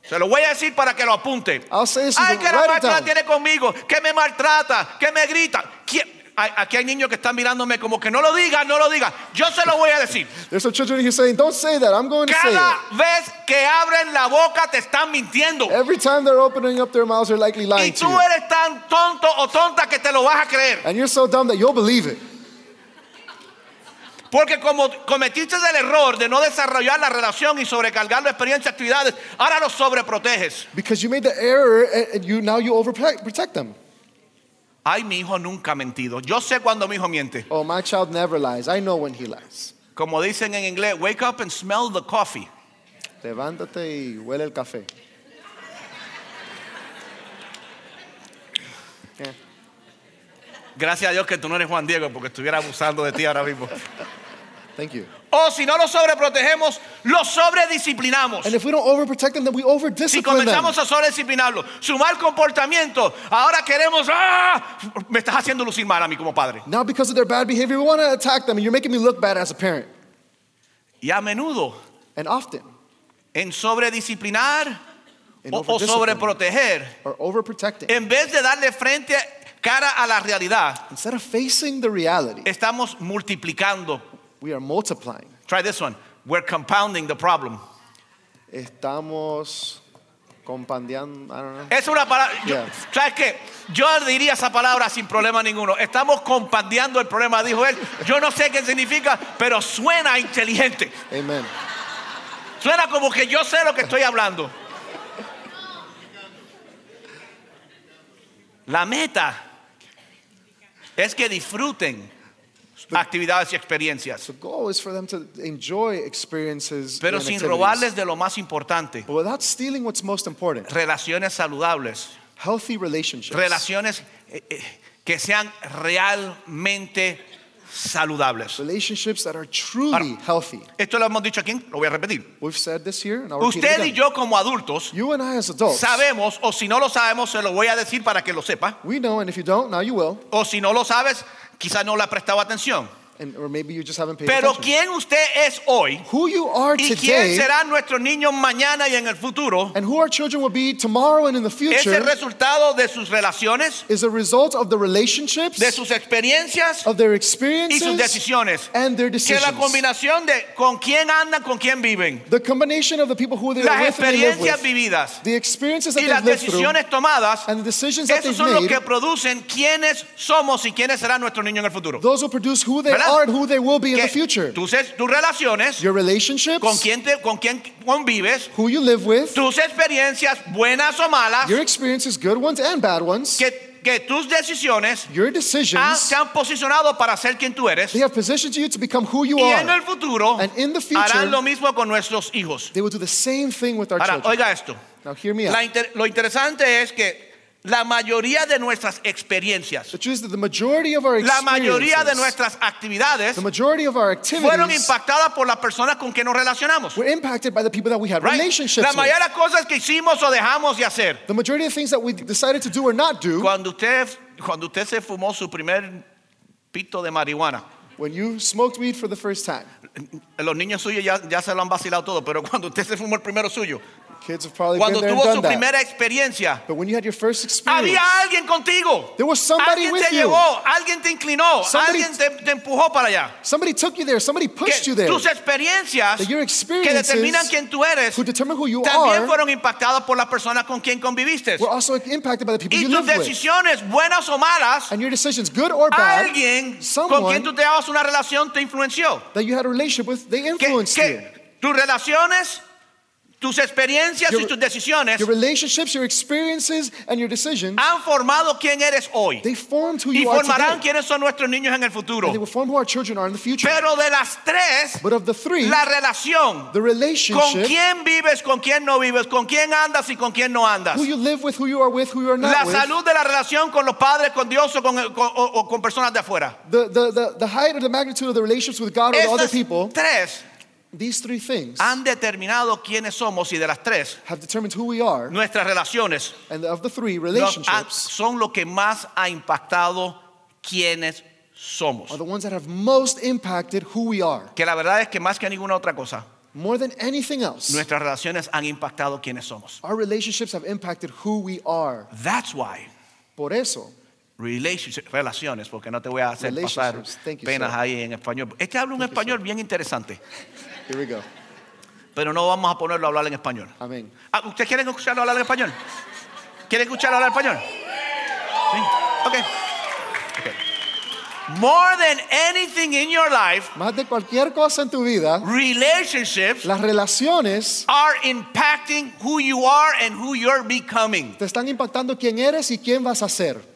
Speaker 1: Se lo voy a decir para que lo apunte.
Speaker 2: I'll say this to
Speaker 1: Ay,
Speaker 2: you,
Speaker 1: que la
Speaker 2: write it
Speaker 1: maestra
Speaker 2: down.
Speaker 1: tiene conmigo, que me maltrata, que me grita. ¿Quién- Ay, Aquí hay niños que están mirándome como que no lo diga, no lo diga. Yo se lo voy a decir.
Speaker 2: There's some children here saying, Don't say that. I'm going to say
Speaker 1: Cada
Speaker 2: it.
Speaker 1: vez que abren la boca te están mintiendo.
Speaker 2: Every time they're opening up their mouths, they're likely
Speaker 1: Y
Speaker 2: lying to
Speaker 1: tú
Speaker 2: you.
Speaker 1: eres tan tonto o tonta que te lo vas a creer.
Speaker 2: And you're so dumb that you'll believe it.
Speaker 1: Porque como cometiste el error de no desarrollar la relación y sobrecargar la experiencia y actividades, ahora los sobreproteges.
Speaker 2: because you made the error and- and you now you overprotect them.
Speaker 1: Ay, mi hijo nunca ha mentido. Yo sé cuando mi hijo miente.
Speaker 2: Oh, my child never lies. I know when he lies.
Speaker 1: Como dicen en inglés, wake up and smell the coffee.
Speaker 2: Levántate y huele el café.
Speaker 1: Gracias a Dios que tú no eres Juan Diego porque estuviera abusando de ti ahora mismo.
Speaker 2: Thank you.
Speaker 1: O si no los sobreprotegemos, los sobredisciplinamos.
Speaker 2: And if we don't overprotect them, then we
Speaker 1: Si
Speaker 2: overdiscipline them.
Speaker 1: comenzamos a sobredisciplinarlo, su mal comportamiento, ahora queremos, ¡ah! Me estás haciendo lucir mal a mí como padre.
Speaker 2: Now, because of their bad behavior, we want to attack them, and you're making me look bad as a parent.
Speaker 1: Y a menudo,
Speaker 2: And often,
Speaker 1: en sobredisciplinar
Speaker 2: in
Speaker 1: o, o
Speaker 2: overdisciplining
Speaker 1: sobreproteger,
Speaker 2: or overprotecting,
Speaker 1: en vez de darle frente cara a la realidad,
Speaker 2: instead of facing the reality,
Speaker 1: estamos multiplicando.
Speaker 2: we are multiplying.
Speaker 1: Try this one. We're compounding the problem.
Speaker 2: Estamos compandeando. I don't know.
Speaker 1: Es una palabra. yo-
Speaker 2: Yeah.
Speaker 1: ¿Sabes qué? Yo diría esa palabra sin problema ninguno. Estamos compandeando el problema, dijo él. Yo no sé qué significa, pero suena inteligente.
Speaker 2: Amen.
Speaker 1: Suena como que yo sé lo que estoy hablando. La meta es que disfruten actividades y experiencias,
Speaker 2: The goal is for them to enjoy experiences,
Speaker 1: pero
Speaker 2: and
Speaker 1: sin
Speaker 2: activities.
Speaker 1: robarles de lo más importante,
Speaker 2: but without stealing what's most important:
Speaker 1: relaciones saludables,
Speaker 2: healthy relationships,
Speaker 1: relaciones eh, eh, que sean realmente saludables.
Speaker 2: relationships that are truly healthy.
Speaker 1: Esto lo hemos dicho aquí, lo voy a repetir.
Speaker 2: We've said this here, and I'll repeat it
Speaker 1: Usted y
Speaker 2: again.
Speaker 1: yo como adultos
Speaker 2: You and I, as adults,
Speaker 1: sabemos, o si no lo sabemos, se lo voy a decir para que lo sepa,
Speaker 2: we know, and if you don't, now you will,
Speaker 1: o si no lo sabes, quizás no le has prestado atención.
Speaker 2: and or maybe you just haven't paid
Speaker 1: Pero
Speaker 2: attention.
Speaker 1: quién usted es hoy
Speaker 2: Who you are
Speaker 1: y quién
Speaker 2: today,
Speaker 1: serán nuestros niños mañana y en el futuro
Speaker 2: and who our children will be tomorrow and in the
Speaker 1: es
Speaker 2: future,
Speaker 1: el resultado de sus relaciones,
Speaker 2: is a result of the relationships,
Speaker 1: de sus experiencias
Speaker 2: of their
Speaker 1: y sus
Speaker 2: experiences,
Speaker 1: decisiones.
Speaker 2: and their
Speaker 1: Que
Speaker 2: decisions.
Speaker 1: la combinación de con quién andan, con quién viven,
Speaker 2: The combination of the people who they are
Speaker 1: las
Speaker 2: with and they live
Speaker 1: experiencias
Speaker 2: with,
Speaker 1: vividas
Speaker 2: the experiences
Speaker 1: y
Speaker 2: that
Speaker 1: las
Speaker 2: they've lived through,
Speaker 1: decisiones tomadas,
Speaker 2: and the decisions that
Speaker 1: esos
Speaker 2: they've
Speaker 1: son los
Speaker 2: made,
Speaker 1: que producen quiénes somos y quiénes serán nuestros niños en el futuro.
Speaker 2: those will produce who they
Speaker 1: ¿Verdad?
Speaker 2: are and who they will be in
Speaker 1: Que
Speaker 2: the future.
Speaker 1: Tus, ex- tus relaciones,
Speaker 2: Your relationships,
Speaker 1: con quién, te, con quién convives,
Speaker 2: who you live with,
Speaker 1: tus experiencias buenas o malas,
Speaker 2: your experiences, good ones and bad ones,
Speaker 1: que, que tus decisiones
Speaker 2: your
Speaker 1: han-
Speaker 2: decisions,
Speaker 1: se han posicionado para ser quien tú eres.
Speaker 2: they have positioned you to become who you
Speaker 1: Y en el
Speaker 2: are.
Speaker 1: futuro
Speaker 2: And in the future-
Speaker 1: harán lo mismo con nuestros hijos.
Speaker 2: They will do the same thing with our
Speaker 1: Ahora,
Speaker 2: children.
Speaker 1: oiga esto.
Speaker 2: Now hear me out.
Speaker 1: La inter- lo interesante es que la mayoría de nuestras experiencias,
Speaker 2: The truth is that the majority of our
Speaker 1: la mayoría de
Speaker 2: experiences,
Speaker 1: nuestras actividades
Speaker 2: the majority of our
Speaker 1: fueron
Speaker 2: activities
Speaker 1: impactadas por las personas con que nos relacionamos.
Speaker 2: were impacted by the people that we had
Speaker 1: Right?
Speaker 2: relationships
Speaker 1: La mayoría de las
Speaker 2: with.
Speaker 1: cosas que hicimos o dejamos de hacer.
Speaker 2: The majority of things that we decided to do or not do,
Speaker 1: Cuando usted, cuando usted se fumó su primer pito de marihuana,
Speaker 2: when you smoked weed for the first time,
Speaker 1: Los niños suyos ya, ya se lo han vacilado todo, pero cuando usted se fumó el primero suyo,
Speaker 2: kids have probably
Speaker 1: cuando
Speaker 2: been there and
Speaker 1: tuvo
Speaker 2: done
Speaker 1: su
Speaker 2: that.
Speaker 1: primera experiencia,
Speaker 2: But when you had your first experience,
Speaker 1: había alguien contigo.
Speaker 2: There was somebody
Speaker 1: alguien
Speaker 2: with
Speaker 1: te
Speaker 2: you.
Speaker 1: llevó, alguien te inclinó,
Speaker 2: Somebody-
Speaker 1: alguien te, te empujó para allá.
Speaker 2: somebody took you there, somebody
Speaker 1: Que
Speaker 2: pushed you there,
Speaker 1: tus experiencias
Speaker 2: that your
Speaker 1: que
Speaker 2: experiences
Speaker 1: determinan quién tú eres
Speaker 2: who determine who you
Speaker 1: también
Speaker 2: are
Speaker 1: fueron impactadas por las personas con quien conviviste.
Speaker 2: were also impacted by the people
Speaker 1: Y
Speaker 2: you
Speaker 1: tus
Speaker 2: live with.
Speaker 1: decisiones, buenas o malas,
Speaker 2: And your decisions, good or bad,
Speaker 1: alguien con quien tú
Speaker 2: someone
Speaker 1: te dabas una relación te influenció.
Speaker 2: that you had a relationship with, they
Speaker 1: que,
Speaker 2: influenced
Speaker 1: que
Speaker 2: you.
Speaker 1: tus relaciones, tus experiencias y
Speaker 2: Your-
Speaker 1: tus decisiones
Speaker 2: Your relationships, your experiences, and your decisions,
Speaker 1: han formado quién eres hoy
Speaker 2: they formed who
Speaker 1: y
Speaker 2: you are
Speaker 1: formarán
Speaker 2: today.
Speaker 1: quiénes son nuestros niños en el futuro.
Speaker 2: And they will form who our children are in the future.
Speaker 1: Pero de las tres,
Speaker 2: But of the three,
Speaker 1: la relación
Speaker 2: the
Speaker 1: con
Speaker 2: relationship,
Speaker 1: quién vives, con quién no vives, con quién andas y con quién no andas.
Speaker 2: who you live with, who you are with, who you are
Speaker 1: La
Speaker 2: not with,
Speaker 1: salud de la relación con los padres, con Dios o con, con- o- o con personas de afuera.
Speaker 2: the, the, the, the height or the magnitude of the relationships with God or with other
Speaker 1: Estas
Speaker 2: people,
Speaker 1: tres
Speaker 2: these three things
Speaker 1: han determinado quiénes somos y de las tres,
Speaker 2: have determined who we are.
Speaker 1: nuestras relaciones
Speaker 2: And of the three,
Speaker 1: Los act-
Speaker 2: relationships
Speaker 1: son lo que más ha impactado quienes somos.
Speaker 2: are the ones that have most impacted who we are.
Speaker 1: Que la verdad es que más que ninguna otra cosa,
Speaker 2: More than anything else,
Speaker 1: nuestras relaciones han impactado quienes somos.
Speaker 2: our relationships have impacted who we are.
Speaker 1: That's why
Speaker 2: Por eso,
Speaker 1: relationship- relaciones, porque no te voy a hacer pasar
Speaker 2: Relationships, thank you,
Speaker 1: penas
Speaker 2: sir.
Speaker 1: ahí en español. Este habla un español bien interesante,
Speaker 2: here we go.
Speaker 1: pero no vamos a ponerlo a hablar en español.
Speaker 2: Amén.
Speaker 1: Ah, ¿Ustedes quieren escucharlo hablar en español? ¿Quieren escucharlo hablar en español? Sí. Ok. Ok. More than anything in your life,
Speaker 2: Más de cualquier cosa en tu vida,
Speaker 1: relationships
Speaker 2: las relaciones
Speaker 1: are impacting who you are and who you're becoming.
Speaker 2: te están impactando quién eres y quién vas a ser.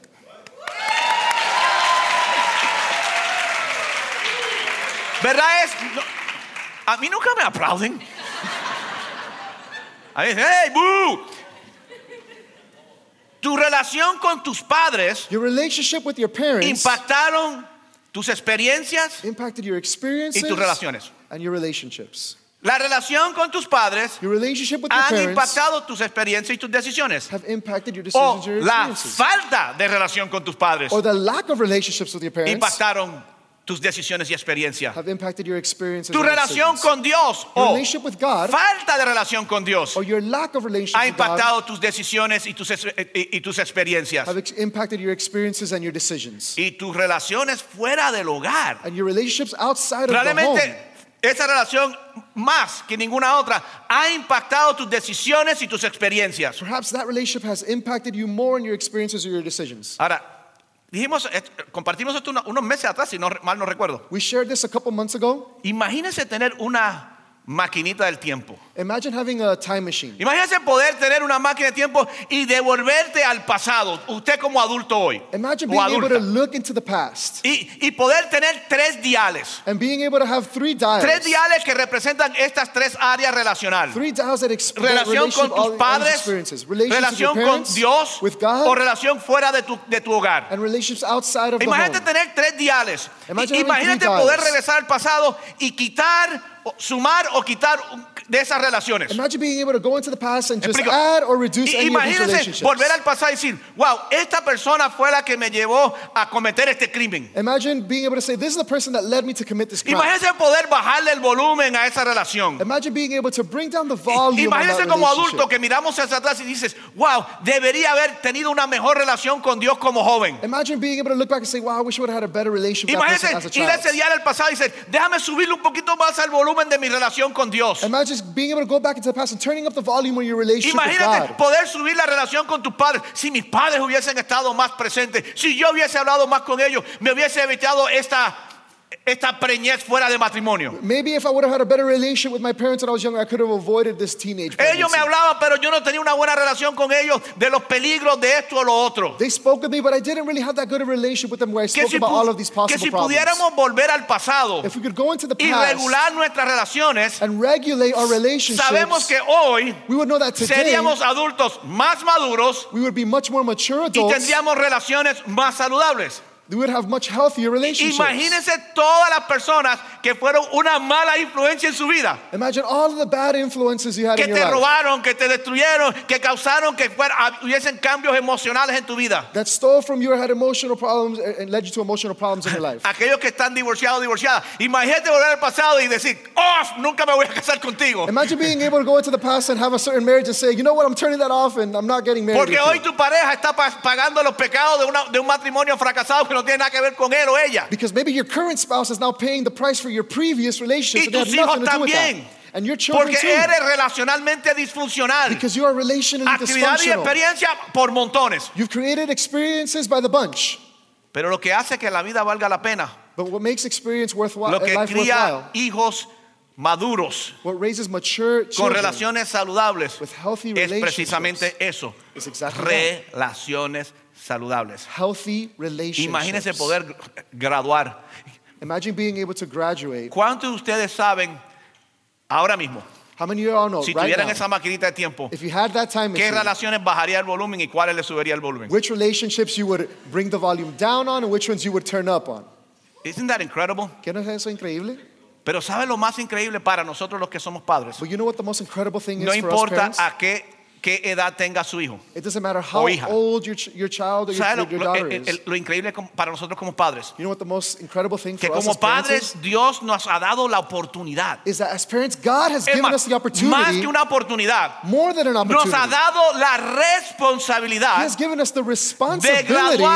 Speaker 1: ¿Verdad es? no- a mí nunca me aplauden. A veces, ¡hey, boo! Tu relación con tus padres
Speaker 2: Your relationship with your parents
Speaker 1: impactaron tus experiencias
Speaker 2: impacted your experiences
Speaker 1: y tus relaciones.
Speaker 2: and your relationships.
Speaker 1: La relación con tus padres
Speaker 2: Your relationship with your
Speaker 1: han
Speaker 2: parents
Speaker 1: impactado tus experiencias y tus decisiones.
Speaker 2: have impacted your
Speaker 1: O
Speaker 2: decisions and your
Speaker 1: la
Speaker 2: experiences.
Speaker 1: falta de relación con tus padres
Speaker 2: Or the lack of relationships with your parents
Speaker 1: impactaron tus decisiones y experiencias.
Speaker 2: have impacted your experiences.
Speaker 1: Tu
Speaker 2: and
Speaker 1: relación
Speaker 2: decisions.
Speaker 1: con Dios
Speaker 2: Your
Speaker 1: o
Speaker 2: relationship with God
Speaker 1: falta de relación con Dios
Speaker 2: or your lack of relationship
Speaker 1: ha
Speaker 2: with God
Speaker 1: impactado tus decisiones y tus, ex- y- y tus experiencias.
Speaker 2: have ex- impacted your experiences and your decisions.
Speaker 1: Y tus relaciones fuera del hogar.
Speaker 2: And your relationships outside of the home.
Speaker 1: Probablemente esa relación más que ninguna otra ha impactado tus decisiones y tus experiencias.
Speaker 2: Perhaps that relationship has impacted you more in your experiences or your decisions.
Speaker 1: Ahora, dijimos, eh, compartimos esto uno- unos meses atrás, si no re- mal no recuerdo.
Speaker 2: We shared this a couple months ago.
Speaker 1: Imagínense tener una maquinita del tiempo.
Speaker 2: Imagine having a time machine.
Speaker 1: Imagínense poder tener una máquina de tiempo y devolverte al pasado, usted como adulto hoy.
Speaker 2: Imagine
Speaker 1: o
Speaker 2: being able to
Speaker 1: adulta.
Speaker 2: look into the past
Speaker 1: Y, y poder tener tres diales.
Speaker 2: and being able to have three dials.
Speaker 1: Tres diales que representan estas tres áreas relacionales.
Speaker 2: Three dials that exp- that
Speaker 1: Relación
Speaker 2: relationship
Speaker 1: con
Speaker 2: all- all
Speaker 1: tus
Speaker 2: these
Speaker 1: padres,
Speaker 2: experiences. Relations with your
Speaker 1: relación con
Speaker 2: parents,
Speaker 1: Dios
Speaker 2: with
Speaker 1: o
Speaker 2: God,
Speaker 1: relación fuera de tu, de tu hogar.
Speaker 2: and relationships outside of
Speaker 1: Imagínate
Speaker 2: the home.
Speaker 1: tener tres diales.
Speaker 2: Imagine
Speaker 1: I-
Speaker 2: having
Speaker 1: Imagínate
Speaker 2: three
Speaker 1: poder
Speaker 2: dials.
Speaker 1: regresar al pasado y quitar, o- sumar o quitar un- de esas relaciones.
Speaker 2: Imagine being able to go into the past and just
Speaker 1: Explico.
Speaker 2: add or reduce
Speaker 1: I-
Speaker 2: any of these
Speaker 1: Imagínense
Speaker 2: relationships.
Speaker 1: volver al pasado y decir, wow, esta persona fue la que me llevó a cometer este crimen.
Speaker 2: Imagine being able to say, this is the person that led me to commit this crime.
Speaker 1: Imagínense poder bajarle el volumen a esa relación.
Speaker 2: Imagine being able to bring down the
Speaker 1: I-
Speaker 2: volume of that
Speaker 1: Imagínense como
Speaker 2: relationship.
Speaker 1: adulto que miramos hacia atrás y dices, wow, debería haber tenido una mejor relación con Dios como joven.
Speaker 2: Imagine being able to look back and say, wow, I wish I would have had a better relationship with that person as a
Speaker 1: Imagínense ir a
Speaker 2: child.
Speaker 1: ese día al pasado y decir, déjame subirle un poquito más al volumen de mi relación con Dios.
Speaker 2: Imagine being able to go back into the past and turning up the volume of your relationship
Speaker 1: Imagínate
Speaker 2: with God.
Speaker 1: poder subir la relación con tus padres. Si mis padres hubiesen estado más presentes, si yo hubiese hablado más con ellos, me hubiese evitado esta, esta preñez fuera de matrimonio.
Speaker 2: Maybe if I would have had a better relationship with my parents when I was younger, I could have avoided this teenage
Speaker 1: Ellos me
Speaker 2: pregnancy.
Speaker 1: hablaban, pero yo no tenía una buena relación con ellos de los peligros de esto o lo otro.
Speaker 2: They spoke with me, but I didn't really have that good a relationship with them where I
Speaker 1: Que
Speaker 2: spoke
Speaker 1: si,
Speaker 2: about
Speaker 1: pu-
Speaker 2: all of these
Speaker 1: que
Speaker 2: possible
Speaker 1: si
Speaker 2: problems.
Speaker 1: pudiéramos volver al pasado
Speaker 2: If we could go into the
Speaker 1: y
Speaker 2: past
Speaker 1: regular nuestras relaciones,
Speaker 2: and regulate our
Speaker 1: sabemos
Speaker 2: relationships,
Speaker 1: que hoy
Speaker 2: we would know that today
Speaker 1: seríamos adultos más maduros
Speaker 2: we would be much more mature
Speaker 1: y
Speaker 2: adults.
Speaker 1: tendríamos relaciones más saludables.
Speaker 2: We would have much healthier relationships.
Speaker 1: Imagínense todas las personas que fueron una mala influencia en su vida,
Speaker 2: Imagine all of the bad influences you had
Speaker 1: que
Speaker 2: in your
Speaker 1: te
Speaker 2: life.
Speaker 1: robaron, que te destruyeron, que causaron que fuera- hubiesen cambios emocionales en tu vida.
Speaker 2: that stole from you or had emotional problems eh, and and led you to emotional problems in your life.
Speaker 1: Aquellos que están divorciados, divorciadas. Imagínate volver al pasado y decir, off, nunca me voy a casar contigo.
Speaker 2: Imagine being able to go into the past and have a certain marriage and say, you know what, I'm turning that off and I'm not getting married.
Speaker 1: Porque
Speaker 2: with
Speaker 1: hoy
Speaker 2: you."
Speaker 1: tu pareja está pa- pagando los pecados de, una- de un matrimonio fracasado que no tiene nada que ver con él o ella.
Speaker 2: Because maybe your current spouse is now paying the price for your previous
Speaker 1: Y
Speaker 2: relationship. and
Speaker 1: tus
Speaker 2: they have nothing
Speaker 1: hijos
Speaker 2: to do with
Speaker 1: también.
Speaker 2: that. And your children
Speaker 1: Porque
Speaker 2: too.
Speaker 1: eres relacionalmente disfuncional.
Speaker 2: because you are relationally
Speaker 1: Actividad y
Speaker 2: dysfunctional.
Speaker 1: experiencia por montones.
Speaker 2: You've created experiences by the bunch.
Speaker 1: Pero lo que hace que la vida valga la pena
Speaker 2: But what makes experience worthwhile,
Speaker 1: lo que
Speaker 2: life
Speaker 1: cría
Speaker 2: worthwhile,
Speaker 1: hijos maduros
Speaker 2: what raises mature
Speaker 1: con
Speaker 2: children
Speaker 1: relaciones saludables
Speaker 2: with healthy
Speaker 1: es precisamente
Speaker 2: relationships,
Speaker 1: eso,
Speaker 2: is exactly that.
Speaker 1: relaciones saludables.
Speaker 2: healthy relationships.
Speaker 1: Imagínense poder gr- graduar.
Speaker 2: Imagine being able to graduate.
Speaker 1: ¿Cuántos de ustedes saben ahora mismo,
Speaker 2: How many of you all know
Speaker 1: si
Speaker 2: right
Speaker 1: tuvieran
Speaker 2: now,
Speaker 1: esa maquinita de tiempo,
Speaker 2: If you had that time
Speaker 1: qué
Speaker 2: machine,
Speaker 1: relaciones bajaría el volumen y cuáles le subiría el volumen?
Speaker 2: which relationships you would bring the volume down on and which ones you would turn up on.
Speaker 1: Isn't that incredible?
Speaker 2: ¿Qué no es eso increíble?
Speaker 1: Pero ¿saben lo más increíble para nosotros los que somos padres?
Speaker 2: But you know what the most incredible thing
Speaker 1: No
Speaker 2: is for us
Speaker 1: importa
Speaker 2: parents?
Speaker 1: a qué, qué edad tenga su hijo.
Speaker 2: It doesn't matter how
Speaker 1: hija.
Speaker 2: old your, ch- your child or your,
Speaker 1: ¿Saben lo,
Speaker 2: your
Speaker 1: lo-
Speaker 2: daughter
Speaker 1: el-
Speaker 2: is.
Speaker 1: el- lo increíble como- para nosotros como padres?
Speaker 2: you know what the most incredible thing
Speaker 1: que
Speaker 2: for us
Speaker 1: como
Speaker 2: as parents
Speaker 1: padres Dios nos ha dado la oportunidad.
Speaker 2: is? is that as parents, God has
Speaker 1: Es
Speaker 2: given
Speaker 1: más,
Speaker 2: us the
Speaker 1: más
Speaker 2: opportunity,
Speaker 1: que una oportunidad,
Speaker 2: more than an
Speaker 1: nos
Speaker 2: opportunity.
Speaker 1: ha dado la
Speaker 2: he
Speaker 1: responsabilidad
Speaker 2: has given us the
Speaker 1: de graduar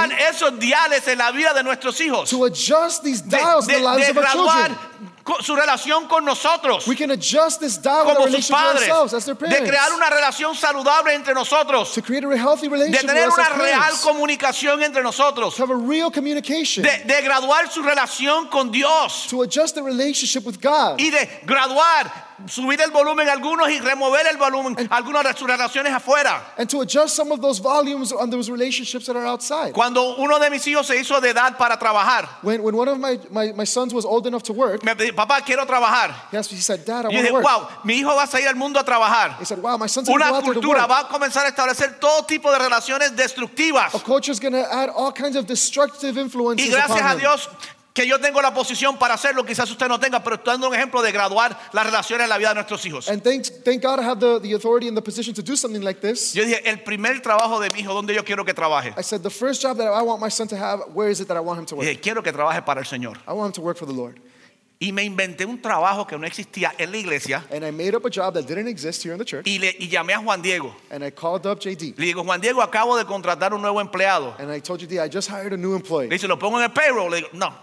Speaker 2: responsibility
Speaker 1: esos diales en la vida de nuestros hijos.
Speaker 2: to adjust these
Speaker 1: De,
Speaker 2: dials in
Speaker 1: de-
Speaker 2: the lives
Speaker 1: de
Speaker 2: of our
Speaker 1: graduar
Speaker 2: children.
Speaker 1: co- su relación con nosotros,
Speaker 2: We can adjust this down with our
Speaker 1: como sus
Speaker 2: relationship with
Speaker 1: padres,
Speaker 2: ourselves as their
Speaker 1: de crear
Speaker 2: parents.
Speaker 1: una relación saludable entre nosotros,
Speaker 2: To create a healthy
Speaker 1: de
Speaker 2: relationship with
Speaker 1: tener
Speaker 2: us
Speaker 1: una
Speaker 2: as
Speaker 1: real
Speaker 2: parents.
Speaker 1: comunicación entre nosotros,
Speaker 2: To have a real communication.
Speaker 1: de, de graduar su relación con Dios
Speaker 2: To adjust the relationship with God.
Speaker 1: y de graduar, subir el volumen a algunos y remover el volumen, algunas de sus relaciones afuera.
Speaker 2: And to adjust some of those volumes on those relationships that are outside.
Speaker 1: Cuando uno de mis hijos se hizo de edad para trabajar,
Speaker 2: When, when one of my, my, my sons was old enough to work,
Speaker 1: me pedí, papá, quiero trabajar.
Speaker 2: he, asked, me- he said, Dad, I
Speaker 1: Y dije,
Speaker 2: want to work.
Speaker 1: wow, mi hijo va a salir al mundo a trabajar.
Speaker 2: He said, wow, my son's going to go
Speaker 1: Una
Speaker 2: out there to
Speaker 1: cultura
Speaker 2: work.
Speaker 1: va a comenzar a establecer todo tipo de relaciones destructivas.
Speaker 2: A culture's going to add all kinds of destructive influences
Speaker 1: Y gracias
Speaker 2: upon
Speaker 1: a
Speaker 2: him.
Speaker 1: Dios que yo tengo la posición para hacerlo, quizás usted no tenga, pero estoy dando un ejemplo de graduar las relaciones en la vida de nuestros hijos.
Speaker 2: And thank, thank God I have the, the authority and the position to do something like this.
Speaker 1: Yo dije, el primer trabajo de mi hijo, ¿dónde yo quiero que trabaje?
Speaker 2: I said, the first job that I want my son to have, where is it that I want him to
Speaker 1: Y
Speaker 2: work?
Speaker 1: dije, quiero que trabaje para el Señor.
Speaker 2: I want him to work for the Lord.
Speaker 1: Y me inventé un trabajo que no existía en la iglesia
Speaker 2: And I made up a job that didn't exist here in the church.
Speaker 1: y, le, y llamé a Juan Diego.
Speaker 2: And I called up JD.
Speaker 1: Le digo, Juan Diego, acabo de contratar un nuevo empleado.
Speaker 2: And I told JD, I just hired a new
Speaker 1: Le
Speaker 2: employee.
Speaker 1: dice, ¿lo pongo en el payroll? Le digo, no,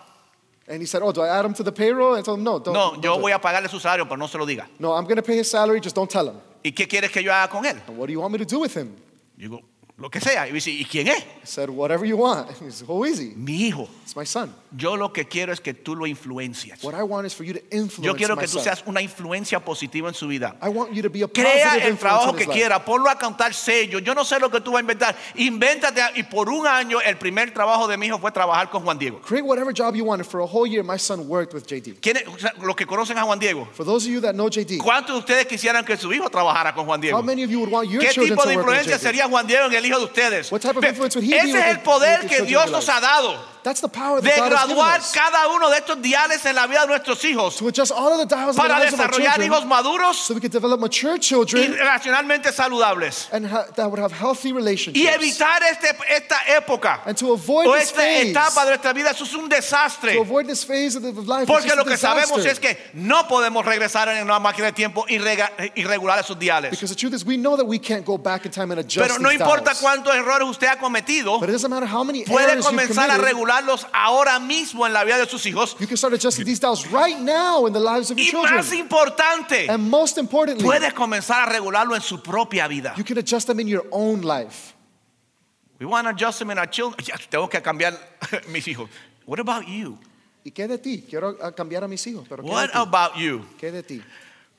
Speaker 2: And he said, oh, do I add him to the payroll? And I told him, no, don't.
Speaker 1: no,
Speaker 2: don't
Speaker 1: yo
Speaker 2: do
Speaker 1: voy
Speaker 2: it.
Speaker 1: a pagarle su salario, pero no se lo diga.
Speaker 2: No, I'm going to pay his salary. Just don't tell him.
Speaker 1: ¿Y qué quieres que yo haga con él?
Speaker 2: And what do you want me to do with him?
Speaker 1: Digo, lo que sea. Y dice, ¿y quién es?
Speaker 2: I said, whatever you want. He said, who is he?
Speaker 1: Mi hijo.
Speaker 2: It's my son.
Speaker 1: Yo lo que quiero es que tú lo influencias.
Speaker 2: What I want is for you to influence
Speaker 1: Yo quiero
Speaker 2: my
Speaker 1: que tú
Speaker 2: son.
Speaker 1: seas una influencia positiva en su vida.
Speaker 2: I want you to be a
Speaker 1: Crea
Speaker 2: positive
Speaker 1: el
Speaker 2: influence
Speaker 1: trabajo
Speaker 2: in
Speaker 1: que
Speaker 2: his life.
Speaker 1: quiera, ponlo a cantar sellos. Yo no sé lo que tú vas a inventar. Invéntate. a- Y por un año, el primer trabajo de mi hijo fue trabajar con Juan Diego.
Speaker 2: Create whatever job you wanted. For a whole year, my son worked with JD.
Speaker 1: ¿Quiénes- o sea, los que conocen a Juan Diego,
Speaker 2: For those of you that know JD,
Speaker 1: ¿cuántos de ustedes quisieran que su hijo trabajara con Juan
Speaker 2: how
Speaker 1: Diego?
Speaker 2: many of you would want your
Speaker 1: ¿Qué
Speaker 2: children
Speaker 1: tipo
Speaker 2: to
Speaker 1: de
Speaker 2: work with
Speaker 1: influencia
Speaker 2: JD?
Speaker 1: sería Juan Diego en el hijo de ustedes?
Speaker 2: What type of
Speaker 1: Ve-
Speaker 2: influence would he be
Speaker 1: Ese
Speaker 2: with
Speaker 1: es el
Speaker 2: the-
Speaker 1: poder
Speaker 2: with the
Speaker 1: que
Speaker 2: children in
Speaker 1: Dios
Speaker 2: your
Speaker 1: nos
Speaker 2: life?
Speaker 1: ha dado
Speaker 2: That's the power
Speaker 1: de
Speaker 2: that God has given
Speaker 1: graduar
Speaker 2: us.
Speaker 1: cada uno de estos diales en la vida de nuestros hijos
Speaker 2: To adjust all of the dials in the
Speaker 1: para
Speaker 2: lives of our
Speaker 1: desarrollar
Speaker 2: children
Speaker 1: hijos maduros
Speaker 2: so we could develop mature
Speaker 1: y
Speaker 2: children
Speaker 1: relacionalmente saludables
Speaker 2: and ha- that would have healthy
Speaker 1: y
Speaker 2: relationships.
Speaker 1: evitar este, esta época
Speaker 2: And to avoid
Speaker 1: o
Speaker 2: this
Speaker 1: esta
Speaker 2: phase,
Speaker 1: etapa de nuestra vida. Eso es un
Speaker 2: to
Speaker 1: desastre.
Speaker 2: avoid this phase of the of life, it's
Speaker 1: Porque
Speaker 2: just
Speaker 1: lo
Speaker 2: a
Speaker 1: que sabemos
Speaker 2: disaster.
Speaker 1: es que no podemos regresar en una máquina de tiempo y, rega- y regular esos diales.
Speaker 2: Because the truth is, we know that we can't go back in time and adjust
Speaker 1: Pero no
Speaker 2: these
Speaker 1: importa
Speaker 2: dials.
Speaker 1: cuántos errores usted ha cometido,
Speaker 2: But it doesn't matter how many
Speaker 1: puede
Speaker 2: errors you've
Speaker 1: comenzar a
Speaker 2: committed,
Speaker 1: regularlos ahora mismo en la vida de sus hijos.
Speaker 2: You can start adjusting these dials right now in the lives of your
Speaker 1: Y más
Speaker 2: children.
Speaker 1: importante,
Speaker 2: And most importantly,
Speaker 1: puede comenzar a regularlo en su propia vida.
Speaker 2: you can adjust them in your own life.
Speaker 1: We want to adjust them in our children. Ya, tengo que cambiar mis hijos. What about you?
Speaker 2: ¿Y qué de ti? Quiero ah, cambiar a mis hijos, pero ¿qué de
Speaker 1: What
Speaker 2: ti?
Speaker 1: about you?
Speaker 2: ¿Qué de ti?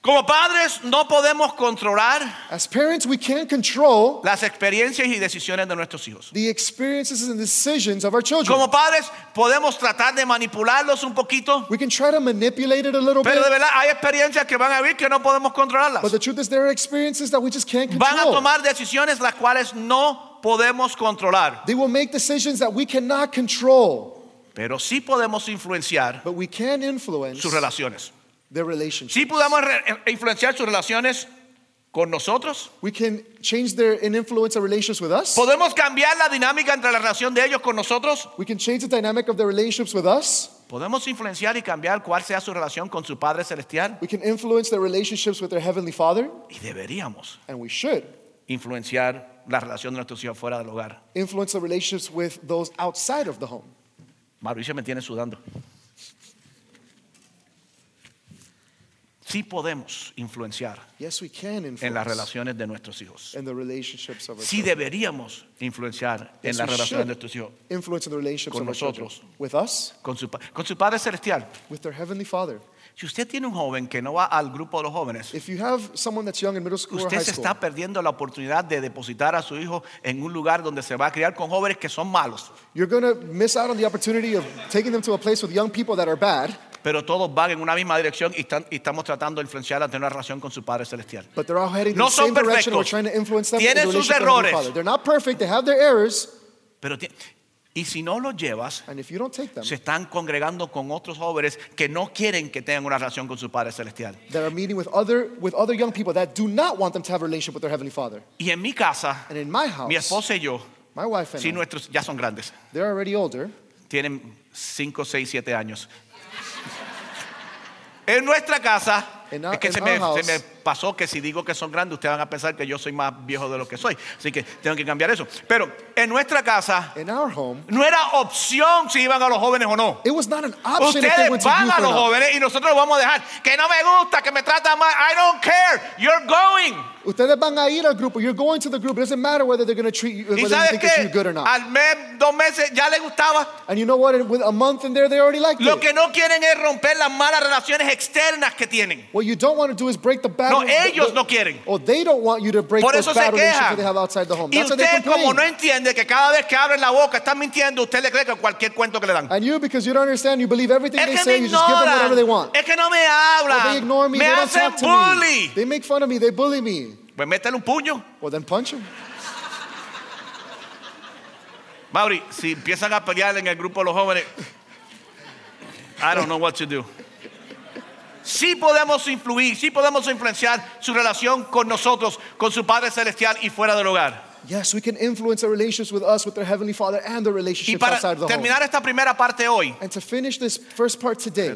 Speaker 1: Como padres no podemos controlar
Speaker 2: As parents, we can't control
Speaker 1: las experiencias y decisiones de nuestros hijos.
Speaker 2: the experiences and decisions of our children.
Speaker 1: Como padres podemos tratar de manipularlos un poquito,
Speaker 2: We can try to manipulate it a little
Speaker 1: pero de
Speaker 2: bit,
Speaker 1: verdad hay experiencias que van a vivir que no podemos
Speaker 2: but
Speaker 1: controlarlas.
Speaker 2: the truth is there are experiences that we just can't
Speaker 1: Van a
Speaker 2: control.
Speaker 1: tomar decisiones las cuales no podemos controlar,
Speaker 2: They will make decisions that we cannot control,
Speaker 1: pero sí podemos influenciar
Speaker 2: but we can influence
Speaker 1: sus relaciones.
Speaker 2: their relationship.
Speaker 1: Sí podemos re- eh, influenciar sus relaciones con nosotros.
Speaker 2: We can change their and influence their relationships with us.
Speaker 1: Podemos cambiar la dinámica entre la relación de ellos con nosotros.
Speaker 2: We can change the dynamic of their relationships with us.
Speaker 1: Podemos influenciar y cambiar cuál sea su relación con su Padre Celestial.
Speaker 2: We can influence their relationships with their Heavenly Father,
Speaker 1: Y deberíamos
Speaker 2: and we should
Speaker 1: influenciar la relación de nuestros hijos fuera del hogar.
Speaker 2: influence the relationships with those outside of the home.
Speaker 1: Mauricio me tiene sudando. Sí podemos influenciar
Speaker 2: Yes, we can
Speaker 1: en las
Speaker 2: influence
Speaker 1: relaciones de nuestros hijos.
Speaker 2: in the relationships of our
Speaker 1: Sí
Speaker 2: children.
Speaker 1: deberíamos influenciar en
Speaker 2: Yes,
Speaker 1: las
Speaker 2: we
Speaker 1: relaciones de
Speaker 2: should.
Speaker 1: nuestros hijos
Speaker 2: Influence in the relationships
Speaker 1: Con
Speaker 2: of our children.
Speaker 1: nosotros.
Speaker 2: With us,
Speaker 1: con su, pa- con su Padre Celestial.
Speaker 2: with their Heavenly Father.
Speaker 1: Si usted tiene un joven que no va al grupo de los jóvenes,
Speaker 2: If you have someone that's young in middle school or
Speaker 1: usted
Speaker 2: high
Speaker 1: se
Speaker 2: school,
Speaker 1: está perdiendo la oportunidad de depositar a su hijo en un lugar donde se va a criar con jóvenes que son malos,
Speaker 2: you're going to miss out on the opportunity of taking them to a place with young people that are bad,
Speaker 1: pero todos van en una misma dirección y, están- y estamos tratando de influenciar a tener una relación con su Padre Celestial.
Speaker 2: but they're all heading in
Speaker 1: No
Speaker 2: the same
Speaker 1: son
Speaker 2: direction. and We're
Speaker 1: perfectos.
Speaker 2: trying to influence them in
Speaker 1: Tienen
Speaker 2: the
Speaker 1: sus
Speaker 2: relationship with their Heavenly
Speaker 1: errores.
Speaker 2: Father. They're not perfect. They have their errors,
Speaker 1: Pero ti- y si no lo llevas,
Speaker 2: and if you don't take them,
Speaker 1: se están congregando con otros jóvenes que no quieren que tengan una relación con su Padre Celestial.
Speaker 2: that are meeting with other with other young people that do not want them to have a relationship with their heavenly father.
Speaker 1: Y en mi casa,
Speaker 2: And in my house,
Speaker 1: mi esposa y yo,
Speaker 2: my wife and
Speaker 1: si
Speaker 2: I,
Speaker 1: nuestros ya son grandes,
Speaker 2: they're already older.
Speaker 1: tienen 5, 6, 7 años. En nuestra casa
Speaker 2: En our-
Speaker 1: es que
Speaker 2: in
Speaker 1: se
Speaker 2: our
Speaker 1: me,
Speaker 2: house-
Speaker 1: se me pasó que si digo que son grandes, ustedes van a pensar que yo soy más viejo de lo que soy. Así que tengo que cambiar eso. Pero en nuestra casa
Speaker 2: In our home,
Speaker 1: no era opción si iban a los jóvenes o no.
Speaker 2: it was not an option if they went
Speaker 1: Ustedes van a
Speaker 2: to youth or
Speaker 1: los
Speaker 2: not.
Speaker 1: jóvenes y nosotros los vamos a dejar. Que no me gusta, que me tratan mal. I don't care. You're going.
Speaker 2: Ustedes van a ir al grupo. You're going to the group. It doesn't matter whether they're going to treat you,
Speaker 1: ¿Y
Speaker 2: whether they
Speaker 1: sabes
Speaker 2: think it's you
Speaker 1: qué?
Speaker 2: good or not.
Speaker 1: Al mes, dos meses, ya les gustaba.
Speaker 2: And you know what? With a month in there, they already liked
Speaker 1: Lo
Speaker 2: it.
Speaker 1: que no quieren es romper las malas relaciones externas que tienen.
Speaker 2: What you don't want to do is break the bad.
Speaker 1: No,
Speaker 2: the- the-
Speaker 1: ellos no quieren.
Speaker 2: Or they don't want you to break
Speaker 1: Por
Speaker 2: those
Speaker 1: eso se
Speaker 2: bad relationships
Speaker 1: quejan.
Speaker 2: that they have outside the home.
Speaker 1: Y
Speaker 2: That's why they
Speaker 1: usted, como
Speaker 2: complain.
Speaker 1: no entiende que cada vez que abren la boca están mintiendo, usted le cree que cualquier cuento que le dan.
Speaker 2: And you, because you don't understand, you believe everything they
Speaker 1: Es que me
Speaker 2: say, you just give them whatever they
Speaker 1: ignoran.
Speaker 2: want.
Speaker 1: Es que no me
Speaker 2: Or they
Speaker 1: hablan.
Speaker 2: ignore me,
Speaker 1: Me
Speaker 2: they don't
Speaker 1: hacen
Speaker 2: talk to me.
Speaker 1: bully.
Speaker 2: They make fun of me, they bully me.
Speaker 1: Pues métele un puño.
Speaker 2: Well, then punch them.
Speaker 1: Mauri, si empiezan a pelear en el grupo de los jóvenes, I don't know what to do. Sí podemos influir, sí podemos influenciar su relación con nosotros, con su Padre Celestial y fuera del hogar.
Speaker 2: Yes, we can influence their relationships with us, with their Heavenly Father, and their
Speaker 1: Y
Speaker 2: relationships
Speaker 1: para
Speaker 2: outside of the home.
Speaker 1: terminar esta primera parte hoy,
Speaker 2: And to finish this first part today,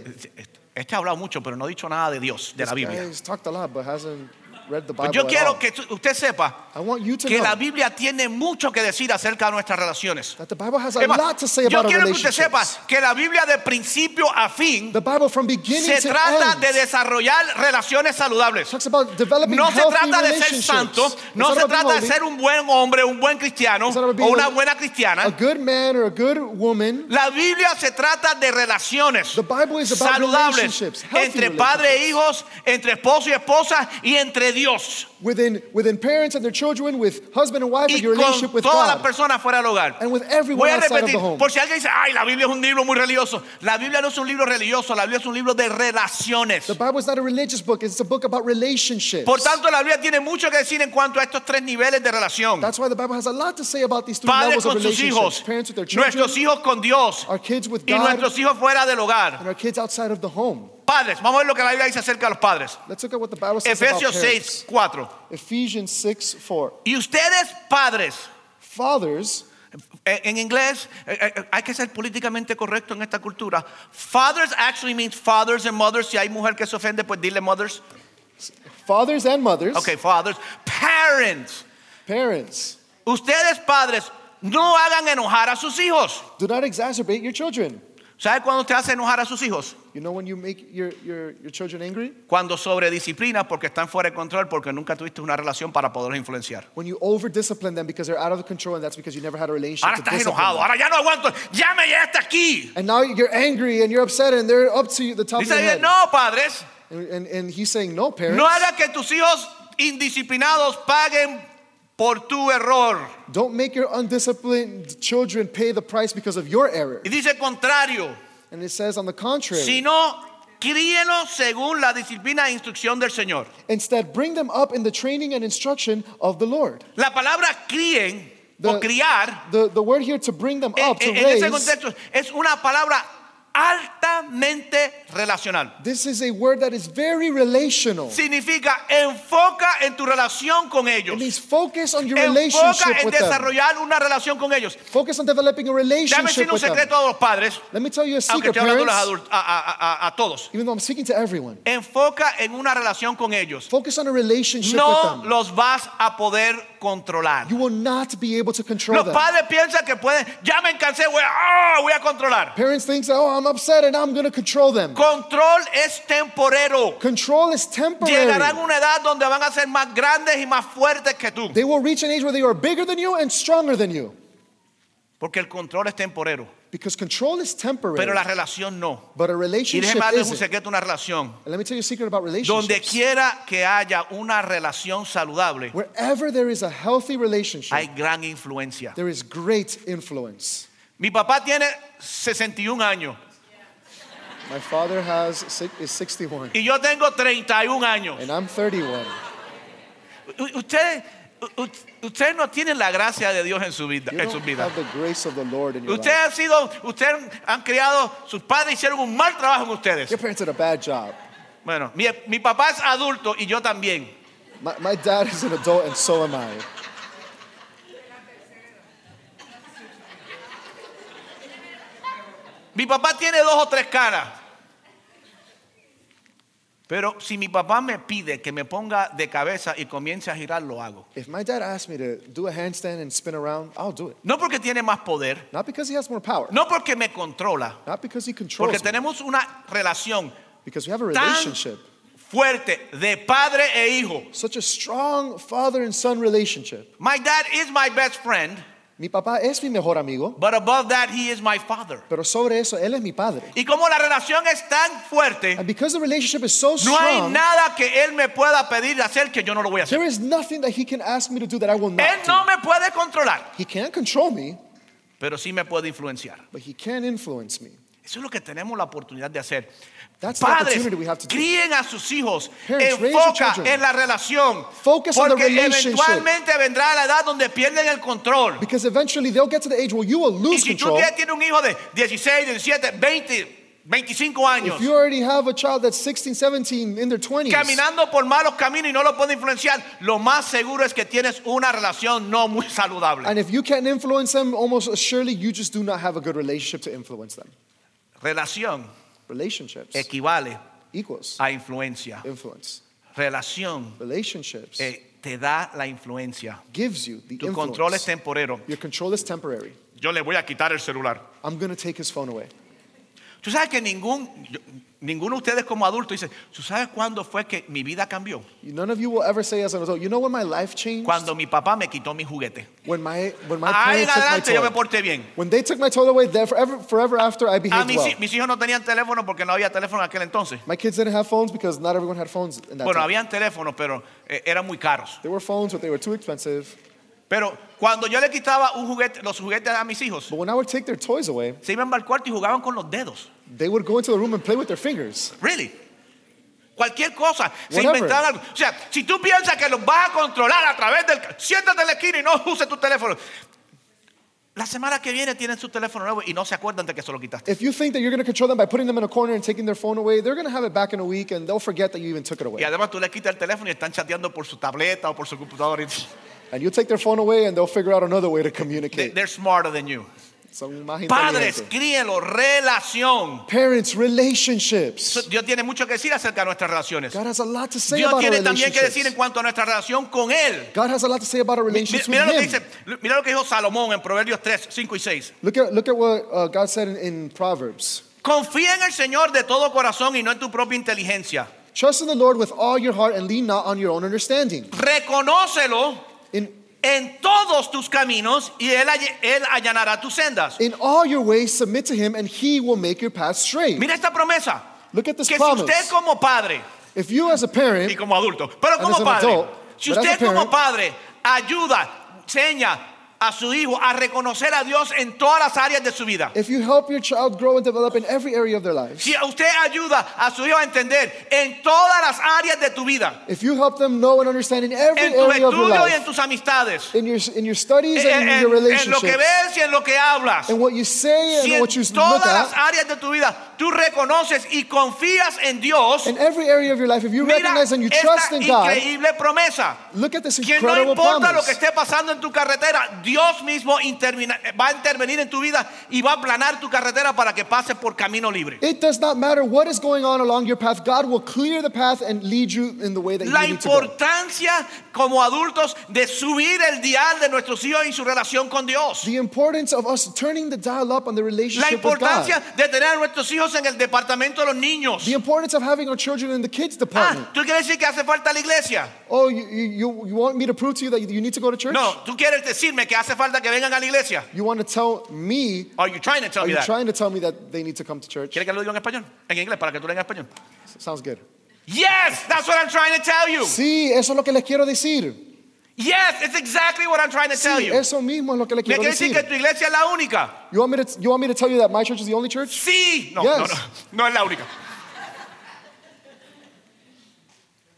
Speaker 1: este ha hablado mucho, pero no ha dicho nada de Dios, de la
Speaker 2: this guy
Speaker 1: Biblia.
Speaker 2: has talked a lot but hasn't read the
Speaker 1: Pues
Speaker 2: Bible
Speaker 1: yo
Speaker 2: at all.
Speaker 1: quiero que tú- usted sepa
Speaker 2: I want you to
Speaker 1: que
Speaker 2: know
Speaker 1: la Biblia tiene mucho que decir acerca de nuestras relaciones.
Speaker 2: that the Bible has a
Speaker 1: Es más,
Speaker 2: lot to say
Speaker 1: yo
Speaker 2: about our
Speaker 1: quiero que usted
Speaker 2: relationships.
Speaker 1: sepa que la Biblia de principio a fin
Speaker 2: The Bible from beginning
Speaker 1: se
Speaker 2: to
Speaker 1: trata
Speaker 2: end
Speaker 1: de desarrollar relaciones saludables.
Speaker 2: talks about developing
Speaker 1: No se
Speaker 2: healthy
Speaker 1: trata de ser
Speaker 2: relationships.
Speaker 1: santo,
Speaker 2: It's
Speaker 1: no
Speaker 2: not
Speaker 1: se
Speaker 2: about being
Speaker 1: trata de
Speaker 2: holy.
Speaker 1: ser un buen hombre, un buen cristiano
Speaker 2: It's not about
Speaker 1: o
Speaker 2: being
Speaker 1: una
Speaker 2: a-
Speaker 1: buena
Speaker 2: a
Speaker 1: cristiana.
Speaker 2: good man or a good woman.
Speaker 1: La Biblia se trata de relaciones
Speaker 2: The Bible is about
Speaker 1: saludables
Speaker 2: relationships, healthy
Speaker 1: entre padre e hijos, entre esposo y esposa y entre Dios
Speaker 2: Within, within parents and their children, with husband and wife, and
Speaker 1: y
Speaker 2: your relationship
Speaker 1: con
Speaker 2: with
Speaker 1: todas las
Speaker 2: God.
Speaker 1: personas fuera del hogar.
Speaker 2: And with
Speaker 1: Voy
Speaker 2: everyone
Speaker 1: a
Speaker 2: outside of
Speaker 1: repetir,
Speaker 2: the home.
Speaker 1: por si alguien dice, ay, la Biblia es un libro muy religioso. La Biblia no es un libro religioso, la Biblia es un libro de relaciones.
Speaker 2: The Bible is not a religious book, it's a book about relationships.
Speaker 1: Por tanto, la Biblia tiene mucho que decir en cuanto a estos tres niveles de relación.
Speaker 2: That's why the Bible has a lot to say about these three
Speaker 1: Padres
Speaker 2: levels of
Speaker 1: con sus
Speaker 2: relationships.
Speaker 1: hijos,
Speaker 2: Parents with their children,
Speaker 1: nuestros hijos con Dios
Speaker 2: our kids with
Speaker 1: y
Speaker 2: God,
Speaker 1: nuestros hijos fuera del hogar.
Speaker 2: and our kids outside of the home.
Speaker 1: Padres, vamos a ver lo que la Biblia dice acerca de los padres.
Speaker 2: Let's look at what the Bible says
Speaker 1: Efesios
Speaker 2: about parents.
Speaker 1: 6, 4.
Speaker 2: Ephesians 6, 4.
Speaker 1: Y ustedes, padres,
Speaker 2: Fathers,
Speaker 1: eh, en inglés eh, eh, hay que ser políticamente correcto en esta cultura. Fathers actually means fathers and mothers. Si hay mujer que se ofende, pues dile mothers.
Speaker 2: fathers and mothers,
Speaker 1: Okay, fathers. Parents.
Speaker 2: parents,
Speaker 1: Ustedes, padres, no hagan enojar a sus hijos.
Speaker 2: do not exacerbate your children.
Speaker 1: ¿Sabe cuándo usted hace enojar a sus hijos?
Speaker 2: You know when you make your, your, your children angry?
Speaker 1: Cuando sobredisciplinas porque están fuera de control, porque nunca tuviste una relación para poderlos influenciar.
Speaker 2: When you over discipline them because they're out of control and that's because you never had a relationship.
Speaker 1: Ahora
Speaker 2: to
Speaker 1: estás
Speaker 2: discipline
Speaker 1: enojado,
Speaker 2: them.
Speaker 1: ahora ya no aguanto, ya me llegaste aquí.
Speaker 2: And now you're angry and you're upset and they're up to you, the top
Speaker 1: Dice,
Speaker 2: of your
Speaker 1: Dios,
Speaker 2: head.
Speaker 1: no, padres,
Speaker 2: And, and, and he's saying, no, parents,
Speaker 1: no hagas que tus hijos indisciplinados paguen por tu error.
Speaker 2: don't make your undisciplined children pay the price because of your error.
Speaker 1: Y dice contrario,
Speaker 2: And it says on the contrary,
Speaker 1: sino críenos según la disciplina e instrucción del Señor.
Speaker 2: instead bring them up in the training and instruction of the Lord.
Speaker 1: La palabra críen
Speaker 2: The-
Speaker 1: o criar
Speaker 2: The, the word here to bring them
Speaker 1: en,
Speaker 2: up, to
Speaker 1: Eh, en- en ese
Speaker 2: raise,
Speaker 1: contexto es una palabra altamente relacional.
Speaker 2: this is a word that is very relational.
Speaker 1: Significa enfoca en tu relación con
Speaker 2: It
Speaker 1: ellos.
Speaker 2: means focus on your
Speaker 1: Enfoca
Speaker 2: relationship
Speaker 1: en
Speaker 2: with them.
Speaker 1: desarrollar una relación con ellos.
Speaker 2: Focus on developing a
Speaker 1: Déjame
Speaker 2: relationship
Speaker 1: decir un
Speaker 2: with them.
Speaker 1: secreto a los padres,
Speaker 2: Let me tell you a
Speaker 1: aunque
Speaker 2: secret,
Speaker 1: estoy hablando a, los adultos,
Speaker 2: parents.
Speaker 1: a, a- a- a todos.
Speaker 2: Even though I'm speaking to everyone,
Speaker 1: Enfoca en una relación con ellos.
Speaker 2: focus on a relationship with
Speaker 1: No
Speaker 2: them.
Speaker 1: los vas a poder controlar.
Speaker 2: You will not be able to control
Speaker 1: Los
Speaker 2: them.
Speaker 1: padres piensan que pueden, ya me cansé, voy a, ah, voy a controlar.
Speaker 2: Parents think, oh, I'm upset and I'm going to control them.
Speaker 1: Control es temporero.
Speaker 2: Control is
Speaker 1: Llegarán a
Speaker 2: temporary.
Speaker 1: una edad donde van a ser más grandes y más fuertes que tú.
Speaker 2: They will reach an age where they are bigger than you and stronger than you
Speaker 1: Porque el control es temporero.
Speaker 2: because control is
Speaker 1: Pero
Speaker 2: temporary.
Speaker 1: la relación no.
Speaker 2: But a
Speaker 1: Y
Speaker 2: relationship
Speaker 1: déjeme darles un
Speaker 2: isn't.
Speaker 1: secreto, una relación.
Speaker 2: And let me tell you a secret about
Speaker 1: Donde
Speaker 2: relationships.
Speaker 1: quiera que haya una relación saludable,
Speaker 2: Wherever there is a healthy relationship,
Speaker 1: hay gran influencia.
Speaker 2: there is great influence.
Speaker 1: Mi papá tiene 61 años
Speaker 2: My father has six- is 61
Speaker 1: y yo tengo 31 años.
Speaker 2: and I'm 31.
Speaker 1: U- Ustedes, u- u- ustedes no tienen la gracia de Dios en su vida,
Speaker 2: You
Speaker 1: en
Speaker 2: don't
Speaker 1: sus vidas.
Speaker 2: have the grace of the Lord in your life.
Speaker 1: Ustedes han sido, ustedes han criado, sus padres hicieron un mal trabajo en ustedes.
Speaker 2: Your parents did a bad job.
Speaker 1: Bueno, mi, mi papá es adulto y yo también.
Speaker 2: My, my dad is an adult and so am I.
Speaker 1: Mi papá tiene dos o tres caras. Pero si mi papá me pide que me ponga de cabeza y comience a girar, lo hago.
Speaker 2: If my dad asked me to do a handstand and spin around, I'll do it.
Speaker 1: No porque tiene más poder,
Speaker 2: Not because he has more power,
Speaker 1: no porque me controla,
Speaker 2: not because he controls
Speaker 1: porque
Speaker 2: me,
Speaker 1: tenemos una relación
Speaker 2: because we have a
Speaker 1: tan-
Speaker 2: relationship,
Speaker 1: fuerte de padre e hijo.
Speaker 2: such a strong father and son relationship.
Speaker 1: My dad is my best friend,
Speaker 2: Mi papá es mi mejor amigo,
Speaker 1: but above that he is my father.
Speaker 2: pero sobre eso él es mi padre.
Speaker 1: Y como la relación es tan fuerte,
Speaker 2: And because the relationship is so
Speaker 1: no hay
Speaker 2: strong,
Speaker 1: nada que él me pueda pedir de hacer que yo no lo voy a hacer.
Speaker 2: there is nothing that he can ask me to do that I will
Speaker 1: Él
Speaker 2: not
Speaker 1: no
Speaker 2: do.
Speaker 1: me puede controlar,
Speaker 2: He can't control me,
Speaker 1: pero sí me puede influenciar.
Speaker 2: but he can influence me.
Speaker 1: Eso es lo que tenemos la oportunidad de hacer.
Speaker 2: That's the
Speaker 1: Padres,
Speaker 2: opportunity we have to do.
Speaker 1: críen a sus hijos,
Speaker 2: Parents, raise your
Speaker 1: enfoca
Speaker 2: children.
Speaker 1: en la relación,
Speaker 2: Focus on the
Speaker 1: porque
Speaker 2: relationship.
Speaker 1: eventualmente vendrá la edad donde pierden el control.
Speaker 2: Because eventually they'll get to the age where you will
Speaker 1: Y
Speaker 2: lose
Speaker 1: si tú
Speaker 2: control.
Speaker 1: ya tienes un hijo de 16, 17, 20, 25 años,
Speaker 2: If you already have a child that's 16, 17, in their 20s,
Speaker 1: caminando por malos caminos y no lo puede influenciar, lo más seguro es que tienes una relación no muy saludable.
Speaker 2: and if you can't influence them, almost surely you just do not have a good relationship to influence them.
Speaker 1: Relación
Speaker 2: Relationships
Speaker 1: equivale
Speaker 2: equals
Speaker 1: a influencia.
Speaker 2: influence.
Speaker 1: Relación
Speaker 2: Relationships
Speaker 1: eh, te da la influencia.
Speaker 2: gives you the
Speaker 1: Tu control es
Speaker 2: influence.
Speaker 1: temporero.
Speaker 2: Your control is temporary.
Speaker 1: Yo le voy a quitar el celular.
Speaker 2: I'm going to take his phone away.
Speaker 1: Tú sabes que ningún, yo- ninguno de ustedes como adulto dice, ¿tú sabes cuándo fue que mi vida cambió?
Speaker 2: None of you will ever say as an adult, you know when my life changed?
Speaker 1: Cuando mi papá me quitó mi juguete.
Speaker 2: When my, when my
Speaker 1: Ahí en
Speaker 2: parents
Speaker 1: adelante
Speaker 2: took
Speaker 1: yo
Speaker 2: my
Speaker 1: me
Speaker 2: toy.
Speaker 1: porté bien.
Speaker 2: When they took my toy away, there forever, forever after, I
Speaker 1: A
Speaker 2: behaved
Speaker 1: mis,
Speaker 2: well.
Speaker 1: hi- mis hijos no tenían teléfono porque no había teléfono en aquel entonces.
Speaker 2: My kids didn't have phones because not everyone had phones in that
Speaker 1: Bueno,
Speaker 2: time.
Speaker 1: habían teléfonos, pero eh, eran muy caros.
Speaker 2: There were phones, but they were too expensive.
Speaker 1: Pero cuando yo le quitaba un juguete, los juguetes a mis hijos,
Speaker 2: But when I would take their toys away,
Speaker 1: se iban al cuarto y jugaban con los dedos.
Speaker 2: they would go into the room and play with their fingers.
Speaker 1: Really. Cualquier cosa, se
Speaker 2: Whatever.
Speaker 1: inventaban algo. O sea, si tú piensas que los vas a controlar a través del... Siéntate en la esquina y no uses tu teléfono. La semana que viene tienen su teléfono nuevo y no se acuerdan de que se lo quitaste.
Speaker 2: If you think that you're going to control them by putting them in a corner and taking their phone away, they're going to have it back in a week and they'll forget that you even took it
Speaker 1: Y
Speaker 2: away.
Speaker 1: además tú le quitas el teléfono y están chateando por su tableta o por su computadora. y-
Speaker 2: And you take their phone away and they'll figure out another way to
Speaker 1: They-
Speaker 2: communicate.
Speaker 1: They're smarter than you.
Speaker 2: Son más
Speaker 1: Padres,
Speaker 2: inteligentes.
Speaker 1: críenlo, relación.
Speaker 2: Parents, relationships.
Speaker 1: Dios tiene mucho que decir acerca de nuestras relaciones.
Speaker 2: God has a lot to say
Speaker 1: Dios
Speaker 2: about our
Speaker 1: tiene también que decir en
Speaker 2: relationships.
Speaker 1: cuanto a nuestra relación con Él.
Speaker 2: God has a lot to say about our
Speaker 1: Mi-
Speaker 2: relationships
Speaker 1: Mira lo que
Speaker 2: with
Speaker 1: dice,
Speaker 2: Him.
Speaker 1: mira lo que dijo Salomón en Proverbios 3, 5 y 6.
Speaker 2: Look at, look at what uh, God said in, in Proverbs.
Speaker 1: Confía en el Señor de todo corazón y no en tu propia inteligencia.
Speaker 2: Trust in the Lord with all your heart and lean not on your own understanding.
Speaker 1: Reconócelo
Speaker 2: In
Speaker 1: en todos tus caminos y Él, alle- él allanará tus sendas.
Speaker 2: In all your ways, submit to him, and he will make your path straight.
Speaker 1: Mira esta promesa.
Speaker 2: Look at this
Speaker 1: Que si
Speaker 2: promise.
Speaker 1: usted como padre
Speaker 2: If you, as a
Speaker 1: y
Speaker 2: parent,
Speaker 1: como adulto, pero
Speaker 2: And
Speaker 1: como
Speaker 2: as an
Speaker 1: padre,
Speaker 2: adult,
Speaker 1: si
Speaker 2: but as a
Speaker 1: usted como
Speaker 2: parent-
Speaker 1: padre ayuda, enseña a su hijo a reconocer a Dios en todas las áreas de su vida.
Speaker 2: if you help your child grow and develop in every area of their lives,
Speaker 1: Si usted ayuda a su hijo a entender en todas las áreas de tu vida,
Speaker 2: if you help them know and understand in every
Speaker 1: en tus
Speaker 2: area of your
Speaker 1: estudios y en
Speaker 2: life,
Speaker 1: tus amistades,
Speaker 2: in your, in your studies
Speaker 1: Eh, en,
Speaker 2: and in your
Speaker 1: en- en lo que
Speaker 2: relationships,
Speaker 1: ves y en lo que hablas,
Speaker 2: and what you say
Speaker 1: si
Speaker 2: and what you
Speaker 1: en
Speaker 2: look
Speaker 1: todas las
Speaker 2: at,
Speaker 1: áreas de tu vida tú reconoces y confías en Dios,
Speaker 2: in every area of your life, if you
Speaker 1: mira
Speaker 2: recognize and you trust
Speaker 1: esta
Speaker 2: in God,
Speaker 1: increíble promesa.
Speaker 2: look at this
Speaker 1: Que no
Speaker 2: incredible
Speaker 1: importa lo que
Speaker 2: promise.
Speaker 1: esté pasando en tu carretera, Dios mismo intervina- va a intervenir en tu vida y va a aplanar tu carretera para que pases por camino libre.
Speaker 2: It does not matter what is going on along your path, God will clear the path and lead you in the way that
Speaker 1: La
Speaker 2: you need to go.
Speaker 1: importancia como adultos de subir el dial de nuestros hijos y su relación con Dios.
Speaker 2: The importance of us turning the dial up on the
Speaker 1: La
Speaker 2: relationship with
Speaker 1: importancia
Speaker 2: God.
Speaker 1: de tener a nuestros hijos en el departamento de los niños.
Speaker 2: The importance of having our children in the kids department.
Speaker 1: Ah, ¿tú quieres decir que hace falta la iglesia?
Speaker 2: Oh, you, you, you, you want me to prove to you that you need to go to church?
Speaker 1: Ah. No, ¿tú quieres decirme que hace falta que vengan a la iglesia?
Speaker 2: You want to tell me,
Speaker 1: Are you trying to tell
Speaker 2: are
Speaker 1: me
Speaker 2: you
Speaker 1: that?
Speaker 2: trying to tell me that they need to come to church?
Speaker 1: ¿Quieres que lo diga en español? En inglés, para que tú lo digas en español.
Speaker 2: Sounds good.
Speaker 1: Yes, that's what I'm trying to tell you.
Speaker 2: Sí, eso es lo que les quiero decir.
Speaker 1: Yes, it's exactly what I'm trying to tell
Speaker 2: Sí,
Speaker 1: you.
Speaker 2: eso mismo es lo que les
Speaker 1: ¿Me
Speaker 2: quiero
Speaker 1: quieres decir que
Speaker 2: decir.
Speaker 1: tu iglesia es la única?
Speaker 2: You want, me to, you want me to tell you that my church is the only church?
Speaker 1: Sí. No,
Speaker 2: Yes.
Speaker 1: no, no. No es la única.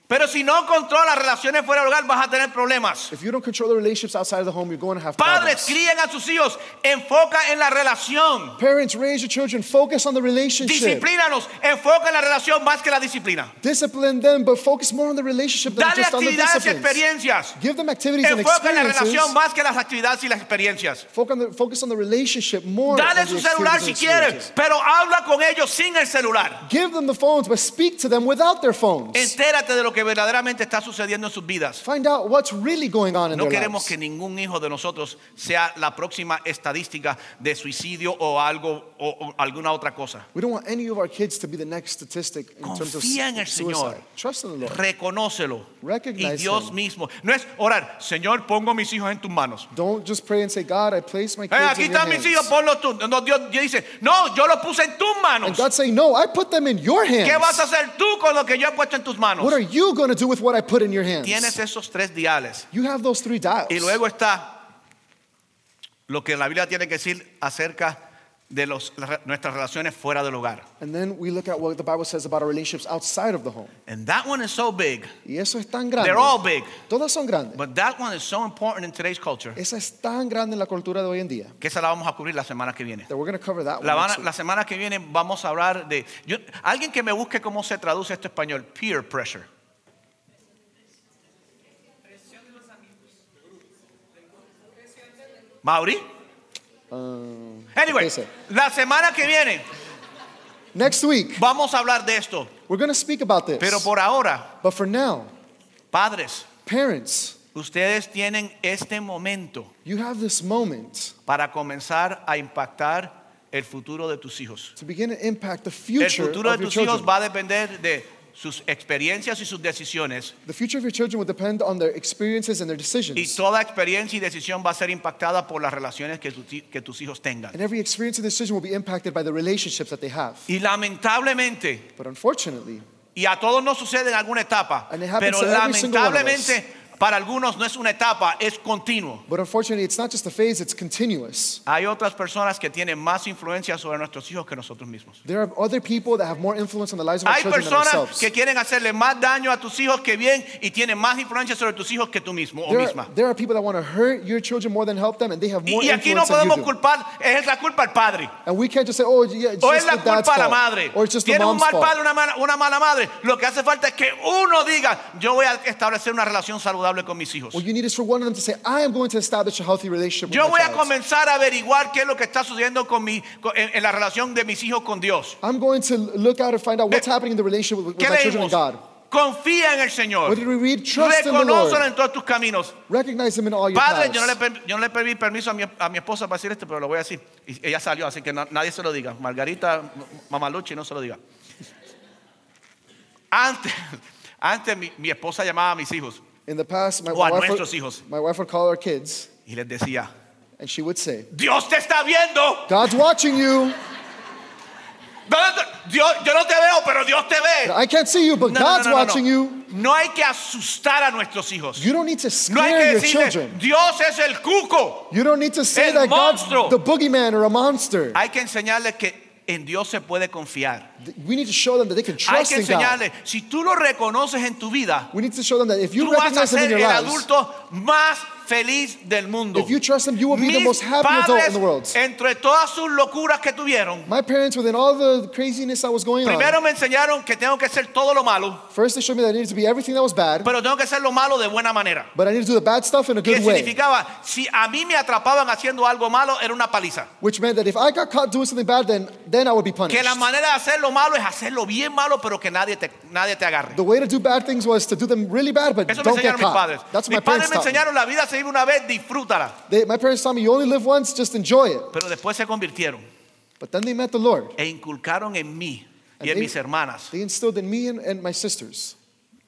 Speaker 1: Pero si no controlas relaciones fuera del hogar, vas a tener problemas.
Speaker 2: If you don't control the relationships outside of the home, you're going to have
Speaker 1: Padres
Speaker 2: problems.
Speaker 1: crían a sus hijos, enfoca en la relación.
Speaker 2: Parents, raise your children. Focus on the relationship.
Speaker 1: Disciplínanos, enfoca en la relación más que la disciplina.
Speaker 2: Discipline them, but focus more on the relationship than
Speaker 1: Dale
Speaker 2: just on the
Speaker 1: actividades y
Speaker 2: disciplines.
Speaker 1: experiencias.
Speaker 2: Give them activities and
Speaker 1: Enfoca en la
Speaker 2: experiences.
Speaker 1: relación más que las actividades y las experiencias.
Speaker 2: Focus on the, focus on the relationship more
Speaker 1: Dale
Speaker 2: than
Speaker 1: su
Speaker 2: the
Speaker 1: celular
Speaker 2: activities
Speaker 1: si
Speaker 2: and
Speaker 1: quieres,
Speaker 2: experiences.
Speaker 1: pero habla con ellos sin el celular.
Speaker 2: Give them the phones, but speak to them without their phones.
Speaker 1: Entérate de lo que verdaderamente está sucediendo en sus vidas.
Speaker 2: Find out what's really going on in
Speaker 1: No
Speaker 2: their
Speaker 1: queremos
Speaker 2: lives.
Speaker 1: que ningún hijo de nosotros sea la próxima estadística de suicidio o algo o, o alguna otra cosa.
Speaker 2: We don't want any of our kids to be the next statistic in terms of
Speaker 1: Confía en el
Speaker 2: suicide.
Speaker 1: Señor.
Speaker 2: Trust in the Lord.
Speaker 1: Reconócelo. Y
Speaker 2: Recognize
Speaker 1: Dios
Speaker 2: him.
Speaker 1: mismo. No es orar, Señor, pongo mis hijos en tus manos.
Speaker 2: Don't just pray and say, God, I place my
Speaker 1: Eh,
Speaker 2: kids
Speaker 1: aquí
Speaker 2: in your
Speaker 1: están mis
Speaker 2: hands.
Speaker 1: hijos, ponlos tú. No, Dios, Dios dice, no, yo los puse en tus
Speaker 2: And
Speaker 1: manos.
Speaker 2: God's saying, No, I put them in your hands.
Speaker 1: ¿Qué vas a hacer tú con lo que yo he puesto en tus manos?
Speaker 2: What are you going to do with what I put in your hands?
Speaker 1: Tienes esos tres diales.
Speaker 2: You have those three dials.
Speaker 1: Y luego está lo que la Biblia tiene que decir acerca de los- las- nuestras relaciones fuera del hogar.
Speaker 2: and then we look at what the Bible says about our relationships outside of the home.
Speaker 1: And that one is so big.
Speaker 2: Y eso es tan grande.
Speaker 1: They're all big.
Speaker 2: Todas son grandes.
Speaker 1: But that one is so important in today's culture
Speaker 2: Esa es tan grande en la cultura de hoy en día
Speaker 1: que esa la vamos a cubrir la semana que viene.
Speaker 2: that we're going to cover that
Speaker 1: La, van
Speaker 2: one.
Speaker 1: a-
Speaker 2: next
Speaker 1: la
Speaker 2: week.
Speaker 1: semana que viene vamos a hablar de... yo- alguien que me busque cómo se traduce esto en español. Peer pressure. Mauri.
Speaker 2: Um,
Speaker 1: Anyway,
Speaker 2: ese.
Speaker 1: la semana que viene
Speaker 2: next week,
Speaker 1: vamos a hablar de esto.
Speaker 2: we're going to speak about this.
Speaker 1: Pero por ahora,
Speaker 2: but for now,
Speaker 1: padres,
Speaker 2: parents,
Speaker 1: ustedes tienen este momento
Speaker 2: you have this moment
Speaker 1: para comenzar a impactar el futuro de tus hijos.
Speaker 2: to begin to impact the
Speaker 1: El
Speaker 2: future
Speaker 1: futuro de
Speaker 2: of your
Speaker 1: tus
Speaker 2: children.
Speaker 1: hijos va a depender de sus experiencias y sus decisiones.
Speaker 2: the future of your children will depend on their experiences and their decisions.
Speaker 1: Y toda experiencia y decisión va a ser impactada por las relaciones que, tu- que tus hijos tengan.
Speaker 2: And every experience and decision will be impacted by the relationships that they have.
Speaker 1: Y lamentablemente,
Speaker 2: But unfortunately,
Speaker 1: y a todos nos sucede en alguna etapa,
Speaker 2: And it happens
Speaker 1: pero
Speaker 2: to every single one of us.
Speaker 1: lamentablemente para algunos no es una etapa, es continuo.
Speaker 2: but unfortunately, it's not just a phase, it's continuous.
Speaker 1: Hay otras personas que tienen más influencia sobre nuestros hijos que nosotros mismos.
Speaker 2: There are other people that have more influence on the lives of our
Speaker 1: Hay
Speaker 2: children than
Speaker 1: personas
Speaker 2: ourselves.
Speaker 1: que quieren hacerle más daño a tus hijos que bien y tienen más influencia sobre tus hijos que tú mismo o
Speaker 2: There
Speaker 1: misma.
Speaker 2: are, there are people that want to hurt your children more than help them, and they have more
Speaker 1: Y, y aquí no
Speaker 2: influence than
Speaker 1: podemos
Speaker 2: you do.
Speaker 1: culpar, es la culpa al padre.
Speaker 2: And we can't just say, oh, yeah, it's
Speaker 1: O es
Speaker 2: just
Speaker 1: la
Speaker 2: the dad's
Speaker 1: culpa a la
Speaker 2: fault.
Speaker 1: madre.
Speaker 2: Or it's just the
Speaker 1: Tiene un mal
Speaker 2: mom's
Speaker 1: padre,
Speaker 2: fault.
Speaker 1: una mala, una mala madre. Lo que hace falta es que uno diga, yo voy a establecer una relación saludable con mis hijos.
Speaker 2: What you need is for one of them to say, I am going to establish a healthy relationship
Speaker 1: Yo
Speaker 2: with my
Speaker 1: voy a
Speaker 2: child.
Speaker 1: comenzar a averiguar qué es lo que está sucediendo con mi, con- en, en la relación de mis hijos con Dios.
Speaker 2: I'm going to look out and find out what's
Speaker 1: ¿Qué-
Speaker 2: happening in the relationship with,
Speaker 1: ¿Qué
Speaker 2: with my children
Speaker 1: leímos?
Speaker 2: and God.
Speaker 1: Confía en el Señor.
Speaker 2: What did we read? Trust in the
Speaker 1: Reconócelo
Speaker 2: Lord.
Speaker 1: en todos tus caminos.
Speaker 2: Recognize Him in all your
Speaker 1: Padre,
Speaker 2: paths.
Speaker 1: yo no, le, per- yo no le pedí permiso a mi, a mi esposa para decir esto, pero lo voy a decir. Y ella salió, así que na- nadie se lo diga. Margarita, m- Mamaluchi, no se lo diga. Antes, antes mi, mi esposa llamaba a mis hijos
Speaker 2: In the past, my,
Speaker 1: O a
Speaker 2: wife
Speaker 1: nuestros hijos.
Speaker 2: would, my wife would call our kids,
Speaker 1: y les decía,
Speaker 2: and she would say,
Speaker 1: Dios te está viendo.
Speaker 2: God's watching you.
Speaker 1: ¿Dónde te- Dios, yo no te veo, pero Dios te ve.
Speaker 2: I can't see you, but
Speaker 1: No, no, no,
Speaker 2: God's
Speaker 1: no, no.
Speaker 2: watching you.
Speaker 1: No hay que asustar a nuestros hijos.
Speaker 2: You don't need to
Speaker 1: No hay que
Speaker 2: scare your
Speaker 1: decirle,
Speaker 2: children.
Speaker 1: Dios es el cuco.
Speaker 2: You don't need to say
Speaker 1: El
Speaker 2: that God's
Speaker 1: monstruo.
Speaker 2: the boogeyman or a monster.
Speaker 1: Hay que enseñarles que en Dios se puede confiar.
Speaker 2: we need to show them that they can
Speaker 1: Hay
Speaker 2: trust
Speaker 1: que
Speaker 2: in God.
Speaker 1: enseñarle, si tú lo reconoces en tu vida,
Speaker 2: We need to show them that if you
Speaker 1: tú vas a
Speaker 2: recognize Him in
Speaker 1: ser
Speaker 2: your
Speaker 1: el
Speaker 2: lives,
Speaker 1: adulto más feliz del mundo.
Speaker 2: if you trust Him, you will be the
Speaker 1: Mis
Speaker 2: most happy adult in the world.
Speaker 1: padres, entre todas sus locuras que tuvieron,
Speaker 2: My parents, within all the craziness that was going
Speaker 1: primero me enseñaron que tengo que hacer todo lo malo,
Speaker 2: on, first they showed me that I needed to be everything that was bad,
Speaker 1: pero tengo que hacer lo malo de buena manera.
Speaker 2: but I need to do the bad stuff in a
Speaker 1: Que
Speaker 2: good way.
Speaker 1: significaba, si a mí me atrapaban haciendo algo malo, era una paliza.
Speaker 2: Which meant that if I got caught doing something bad, then, then I would be punished.
Speaker 1: Que la manera de hacer lo malo es hacerlo bien malo, pero que nadie te, nadie te agarre.
Speaker 2: The way to do bad things was to do them really bad, but
Speaker 1: Eso me
Speaker 2: don't get
Speaker 1: enseñaron mis padres.
Speaker 2: caught. That's what
Speaker 1: mis
Speaker 2: my
Speaker 1: padres
Speaker 2: parents
Speaker 1: me
Speaker 2: taught me.
Speaker 1: enseñaron, la vida se vive una vez, disfrútala.
Speaker 2: They, my parents taught me, you only live once, just enjoy it.
Speaker 1: Pero después se convirtieron
Speaker 2: But then they met the Lord.
Speaker 1: e inculcaron en mí y
Speaker 2: And
Speaker 1: en
Speaker 2: they-
Speaker 1: mis hermanas.
Speaker 2: They instilled in me and, and my sisters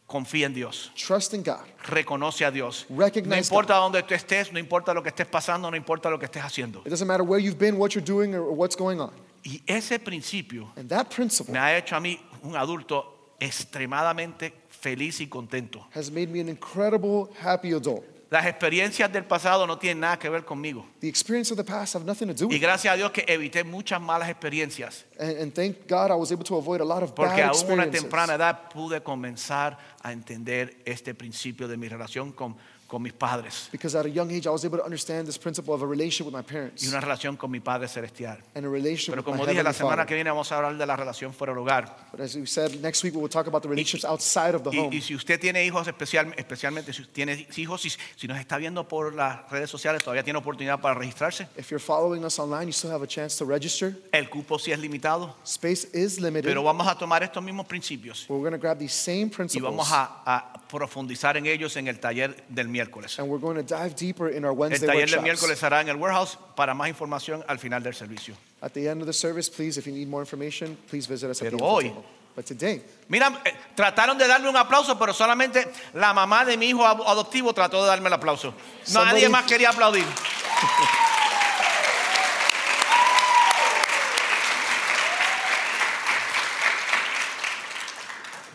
Speaker 1: Confía en Dios.
Speaker 2: trust in God.
Speaker 1: Reconoce a Dios.
Speaker 2: Recognize
Speaker 1: No importa dónde tú estés, no importa lo que estés pasando, no importa lo que estés haciendo.
Speaker 2: It doesn't matter where you've been, what you're doing, or, or what's going on.
Speaker 1: Y ese principio
Speaker 2: And that principle
Speaker 1: me ha hecho a mí un adulto extremadamente feliz y contento.
Speaker 2: has made me an incredible, happy adult.
Speaker 1: Las experiencias del pasado no tienen nada que ver conmigo.
Speaker 2: The experience of the past have nothing to do
Speaker 1: Y
Speaker 2: with it.
Speaker 1: gracias a Dios que evité muchas malas experiencias.
Speaker 2: And, and thank God I was able to avoid a lot of
Speaker 1: Porque
Speaker 2: bad
Speaker 1: aún a una
Speaker 2: experiences.
Speaker 1: temprana edad pude comenzar a entender este principio de mi relación con, con mis padres
Speaker 2: Because at a young age, I was able to understand this principle of a relationship with my
Speaker 1: y
Speaker 2: parents
Speaker 1: una relación con mi Padre Celestial.
Speaker 2: and a relationship
Speaker 1: Pero
Speaker 2: with my
Speaker 1: como dije, la
Speaker 2: heavenly
Speaker 1: semana
Speaker 2: Father.
Speaker 1: que viene vamos a hablar de la relación fuera del hogar.
Speaker 2: But as we said, next week we will talk about the relationships outside of the
Speaker 1: Y,
Speaker 2: home.
Speaker 1: y si usted tiene hijos, especial- especialmente si tiene hijos, si, si nos está viendo por las redes sociales, todavía tiene oportunidad para registrarse.
Speaker 2: If you're following us online, you still have a chance to register.
Speaker 1: El cupo sí es limitado,
Speaker 2: Space is limited.
Speaker 1: pero vamos a tomar estos mismos principios
Speaker 2: but we're going to grab these same
Speaker 1: y
Speaker 2: principles
Speaker 1: vamos a, a profundizar en ellos en el taller del miércoles.
Speaker 2: and we're going to dive deeper in our
Speaker 1: El
Speaker 2: Wednesday
Speaker 1: taller del
Speaker 2: workshops.
Speaker 1: miércoles será en el warehouse para más información al final del servicio.
Speaker 2: At the end of the service, please, if you need more information, please visit us at
Speaker 1: Pero
Speaker 2: the info
Speaker 1: hoy-
Speaker 2: table. But today,
Speaker 1: Mira, eh, trataron de darme un aplauso, pero solamente la mamá de mi hijo ad- adoptivo trató de darme el aplauso. Nadie
Speaker 2: Somebody-
Speaker 1: más quería aplaudir.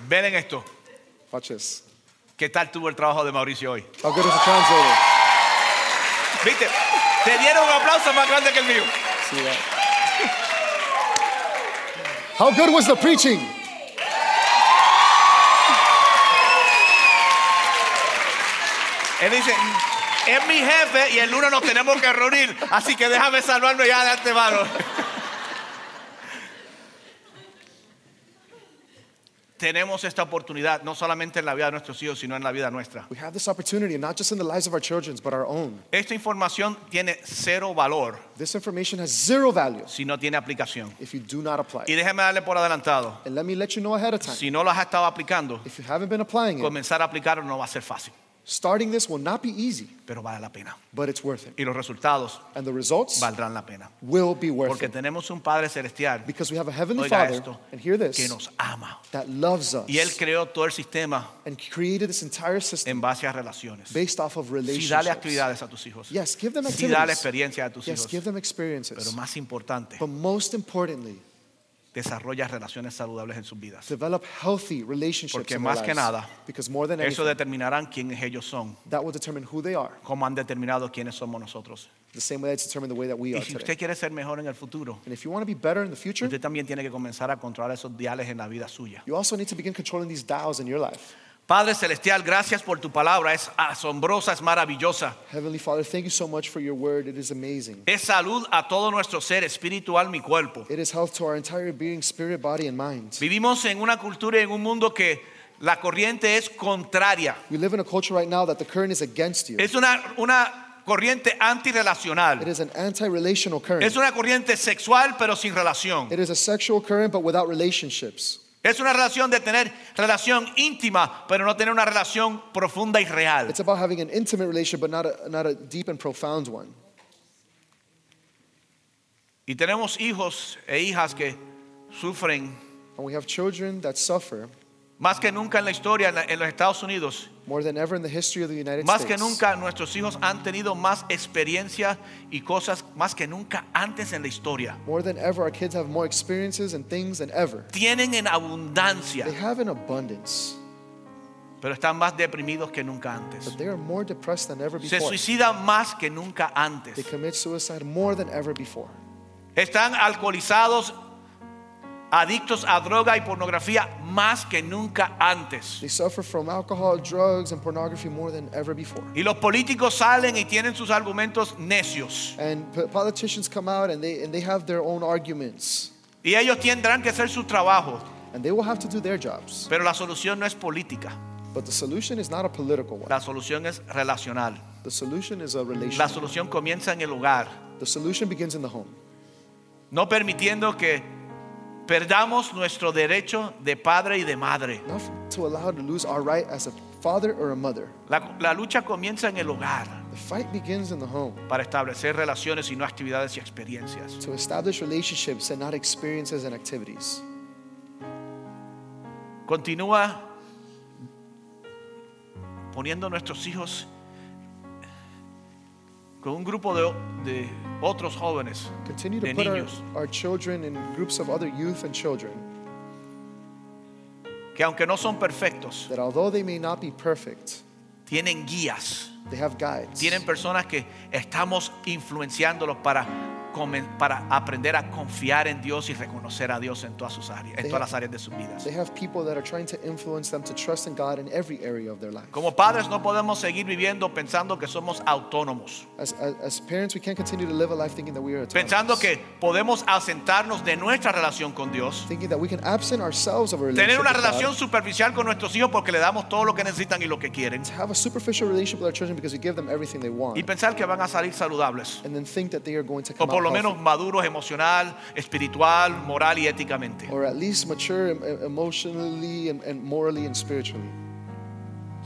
Speaker 1: Ven en esto.
Speaker 2: watch this.
Speaker 1: ¿Qué tal tuvo el trabajo de Mauricio hoy?
Speaker 2: How good is the translator?
Speaker 1: ¿Viste? Te dieron un aplauso más grande que el mío.
Speaker 2: See that? How good was the preaching?
Speaker 1: Él dice, es mi jefe y el lunes nos tenemos que reunir, así que déjame salvarme ya de antemano. Tenemos esta oportunidad, no solamente en la vida de nuestros hijos, sino en la vida nuestra.
Speaker 2: We have this opportunity, not just in the lives of our children, but our own.
Speaker 1: Esta información tiene cero valor
Speaker 2: This information has zero value
Speaker 1: si no tiene aplicación.
Speaker 2: if you do not apply
Speaker 1: Y
Speaker 2: it.
Speaker 1: déjeme darle por adelantado,
Speaker 2: And let me let you know ahead of time.
Speaker 1: si no lo has estado aplicando,
Speaker 2: If you haven't been applying it,
Speaker 1: comenzar a aplicarlo no va a ser fácil,
Speaker 2: starting this will not be easy,
Speaker 1: pero vale la pena.
Speaker 2: but it's worth it.
Speaker 1: Y los resultados
Speaker 2: And the results
Speaker 1: valdrán la pena.
Speaker 2: will be worth
Speaker 1: Porque
Speaker 2: it.
Speaker 1: tenemos un Padre Celestial
Speaker 2: Because we have a heavenly
Speaker 1: Oiga
Speaker 2: Father,
Speaker 1: esto,
Speaker 2: and hear
Speaker 1: que
Speaker 2: this,
Speaker 1: nos ama.
Speaker 2: that loves us
Speaker 1: Y él creó todo el sistema
Speaker 2: and created this entire system
Speaker 1: en base a relaciones.
Speaker 2: based off of
Speaker 1: Sí, dale
Speaker 2: relationships.
Speaker 1: actividades a tus hijos.
Speaker 2: Yes, give them
Speaker 1: Sí, dale
Speaker 2: activities.
Speaker 1: experiencia a tus
Speaker 2: Yes, give
Speaker 1: hijos.
Speaker 2: them
Speaker 1: Pero
Speaker 2: experiences.
Speaker 1: más importante,
Speaker 2: But most importantly,
Speaker 1: desarrolla relaciones saludables en sus vidas.
Speaker 2: develop healthy relationships
Speaker 1: Porque
Speaker 2: in their
Speaker 1: más que
Speaker 2: lives.
Speaker 1: nada,
Speaker 2: because more than
Speaker 1: Eso
Speaker 2: anything,
Speaker 1: determinarán quiénes ellos son,
Speaker 2: that will determine who they are,
Speaker 1: cómo han determinado quiénes somos nosotros.
Speaker 2: the same way that's determined the way that we
Speaker 1: Y
Speaker 2: are
Speaker 1: si
Speaker 2: today.
Speaker 1: usted quiere ser mejor en el futuro,
Speaker 2: And if you want to be better in the future,
Speaker 1: usted también tiene que comenzar a controlar esos diales en la vida suya.
Speaker 2: you also need to begin controlling these dials in your life.
Speaker 1: Padre Celestial, gracias por tu palabra. Es asombrosa, es maravillosa.
Speaker 2: Heavenly Father, thank you so much for your word. It is amazing.
Speaker 1: Es salud a todo nuestro ser espiritual, mi cuerpo.
Speaker 2: It is health to our entire being, spirit, body, and mind.
Speaker 1: Vivimos en una cultura y en un mundo que la corriente es contraria.
Speaker 2: We live in a culture right now that the current is against you.
Speaker 1: Es una, una corriente
Speaker 2: It
Speaker 1: antirrelacional.
Speaker 2: is an anti-relational current.
Speaker 1: Es una corriente sexual pero sin relación.
Speaker 2: It is a sexual current, but without relationships.
Speaker 1: Es una relación de tener relación íntima pero no tener una relación profunda y real.
Speaker 2: It's about having an intimate relationship, but not a, not a deep and profound one.
Speaker 1: Y tenemos hijos e hijas que sufren
Speaker 2: And we have children that suffer
Speaker 1: más que nunca en la historia en, la- en los Estados Unidos.
Speaker 2: more than ever in the history of the United
Speaker 1: Más que
Speaker 2: States.
Speaker 1: nunca nuestros hijos han tenido más experiencia y cosas más que nunca antes en la historia.
Speaker 2: More than ever, our kids have more experiences and things than ever.
Speaker 1: Tienen en abundancia.
Speaker 2: They have an abundance,
Speaker 1: pero están más deprimidos que nunca antes.
Speaker 2: but they are more depressed than ever
Speaker 1: Se
Speaker 2: before.
Speaker 1: suicidan más que nunca
Speaker 2: They
Speaker 1: antes.
Speaker 2: commit suicide more than ever before.
Speaker 1: Están alcoholizados, adictos a droga y pornografía más que nunca antes.
Speaker 2: They suffer from alcohol, drugs, and pornography more than ever before.
Speaker 1: Y los políticos salen y tienen sus argumentos necios.
Speaker 2: And p- politicians come out and they, and they have their own arguments,
Speaker 1: Y ellos tendrán que hacer su trabajo.
Speaker 2: and they will have to do their jobs.
Speaker 1: Pero la solución no es política.
Speaker 2: But the solution is not a political one.
Speaker 1: La solución es relacional.
Speaker 2: The solution is a
Speaker 1: La
Speaker 2: relationship.
Speaker 1: solución comienza en el hogar.
Speaker 2: The solution begins in the home.
Speaker 1: No permitiendo que perdamos nuestro derecho de padre y de madre.
Speaker 2: Not to allow to lose our right as a father or a mother.
Speaker 1: La- la lucha comienza en el hogar.
Speaker 2: The fight begins in the home.
Speaker 1: para establecer relaciones y no actividades y experiencias.
Speaker 2: to establish relationships and not experiences and activities.
Speaker 1: Continúa poniendo a nuestros hijos con un grupo de, de otros jóvenes,
Speaker 2: Continue
Speaker 1: de
Speaker 2: to put our,
Speaker 1: niños,
Speaker 2: our children in groups of other youth and children
Speaker 1: que aunque no son perfectos,
Speaker 2: that, although they may not be perfect,
Speaker 1: tienen guías
Speaker 2: They have guides.
Speaker 1: Tienen personas que estamos influenciándolos para, comen- para aprender a confiar en Dios y reconocer a Dios en todas sus áreas, en
Speaker 2: They-
Speaker 1: todas las áreas de sus vidas.
Speaker 2: They have people that are trying to influence them to trust in God in every area of their life.
Speaker 1: Como padres no podemos seguir viviendo pensando que somos autónomos,
Speaker 2: As, as, as parents, we can't continue to live a life thinking that we are autonomous,
Speaker 1: pensando que podemos ausentarnos de nuestra relación con Dios,
Speaker 2: thinking that we can absent ourselves of a relationship
Speaker 1: tener una
Speaker 2: with God,
Speaker 1: relación superficial con nuestros hijos porque le damos todo lo que necesitan y lo que quieren,
Speaker 2: have a superficial relationship with our children because we give them everything they want,
Speaker 1: y pensar que van a salir saludables,
Speaker 2: and then think that they are going to
Speaker 1: o
Speaker 2: come
Speaker 1: por
Speaker 2: out
Speaker 1: lo menos
Speaker 2: healthy,
Speaker 1: maduros emocional, espiritual, moral y éticamente.
Speaker 2: or at least mature em- em- emotionally and, and morally and spiritually.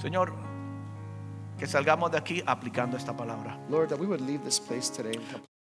Speaker 1: Señor, que salgamos de aquí aplicando esta palabra.
Speaker 2: Lord, that we would leave this place today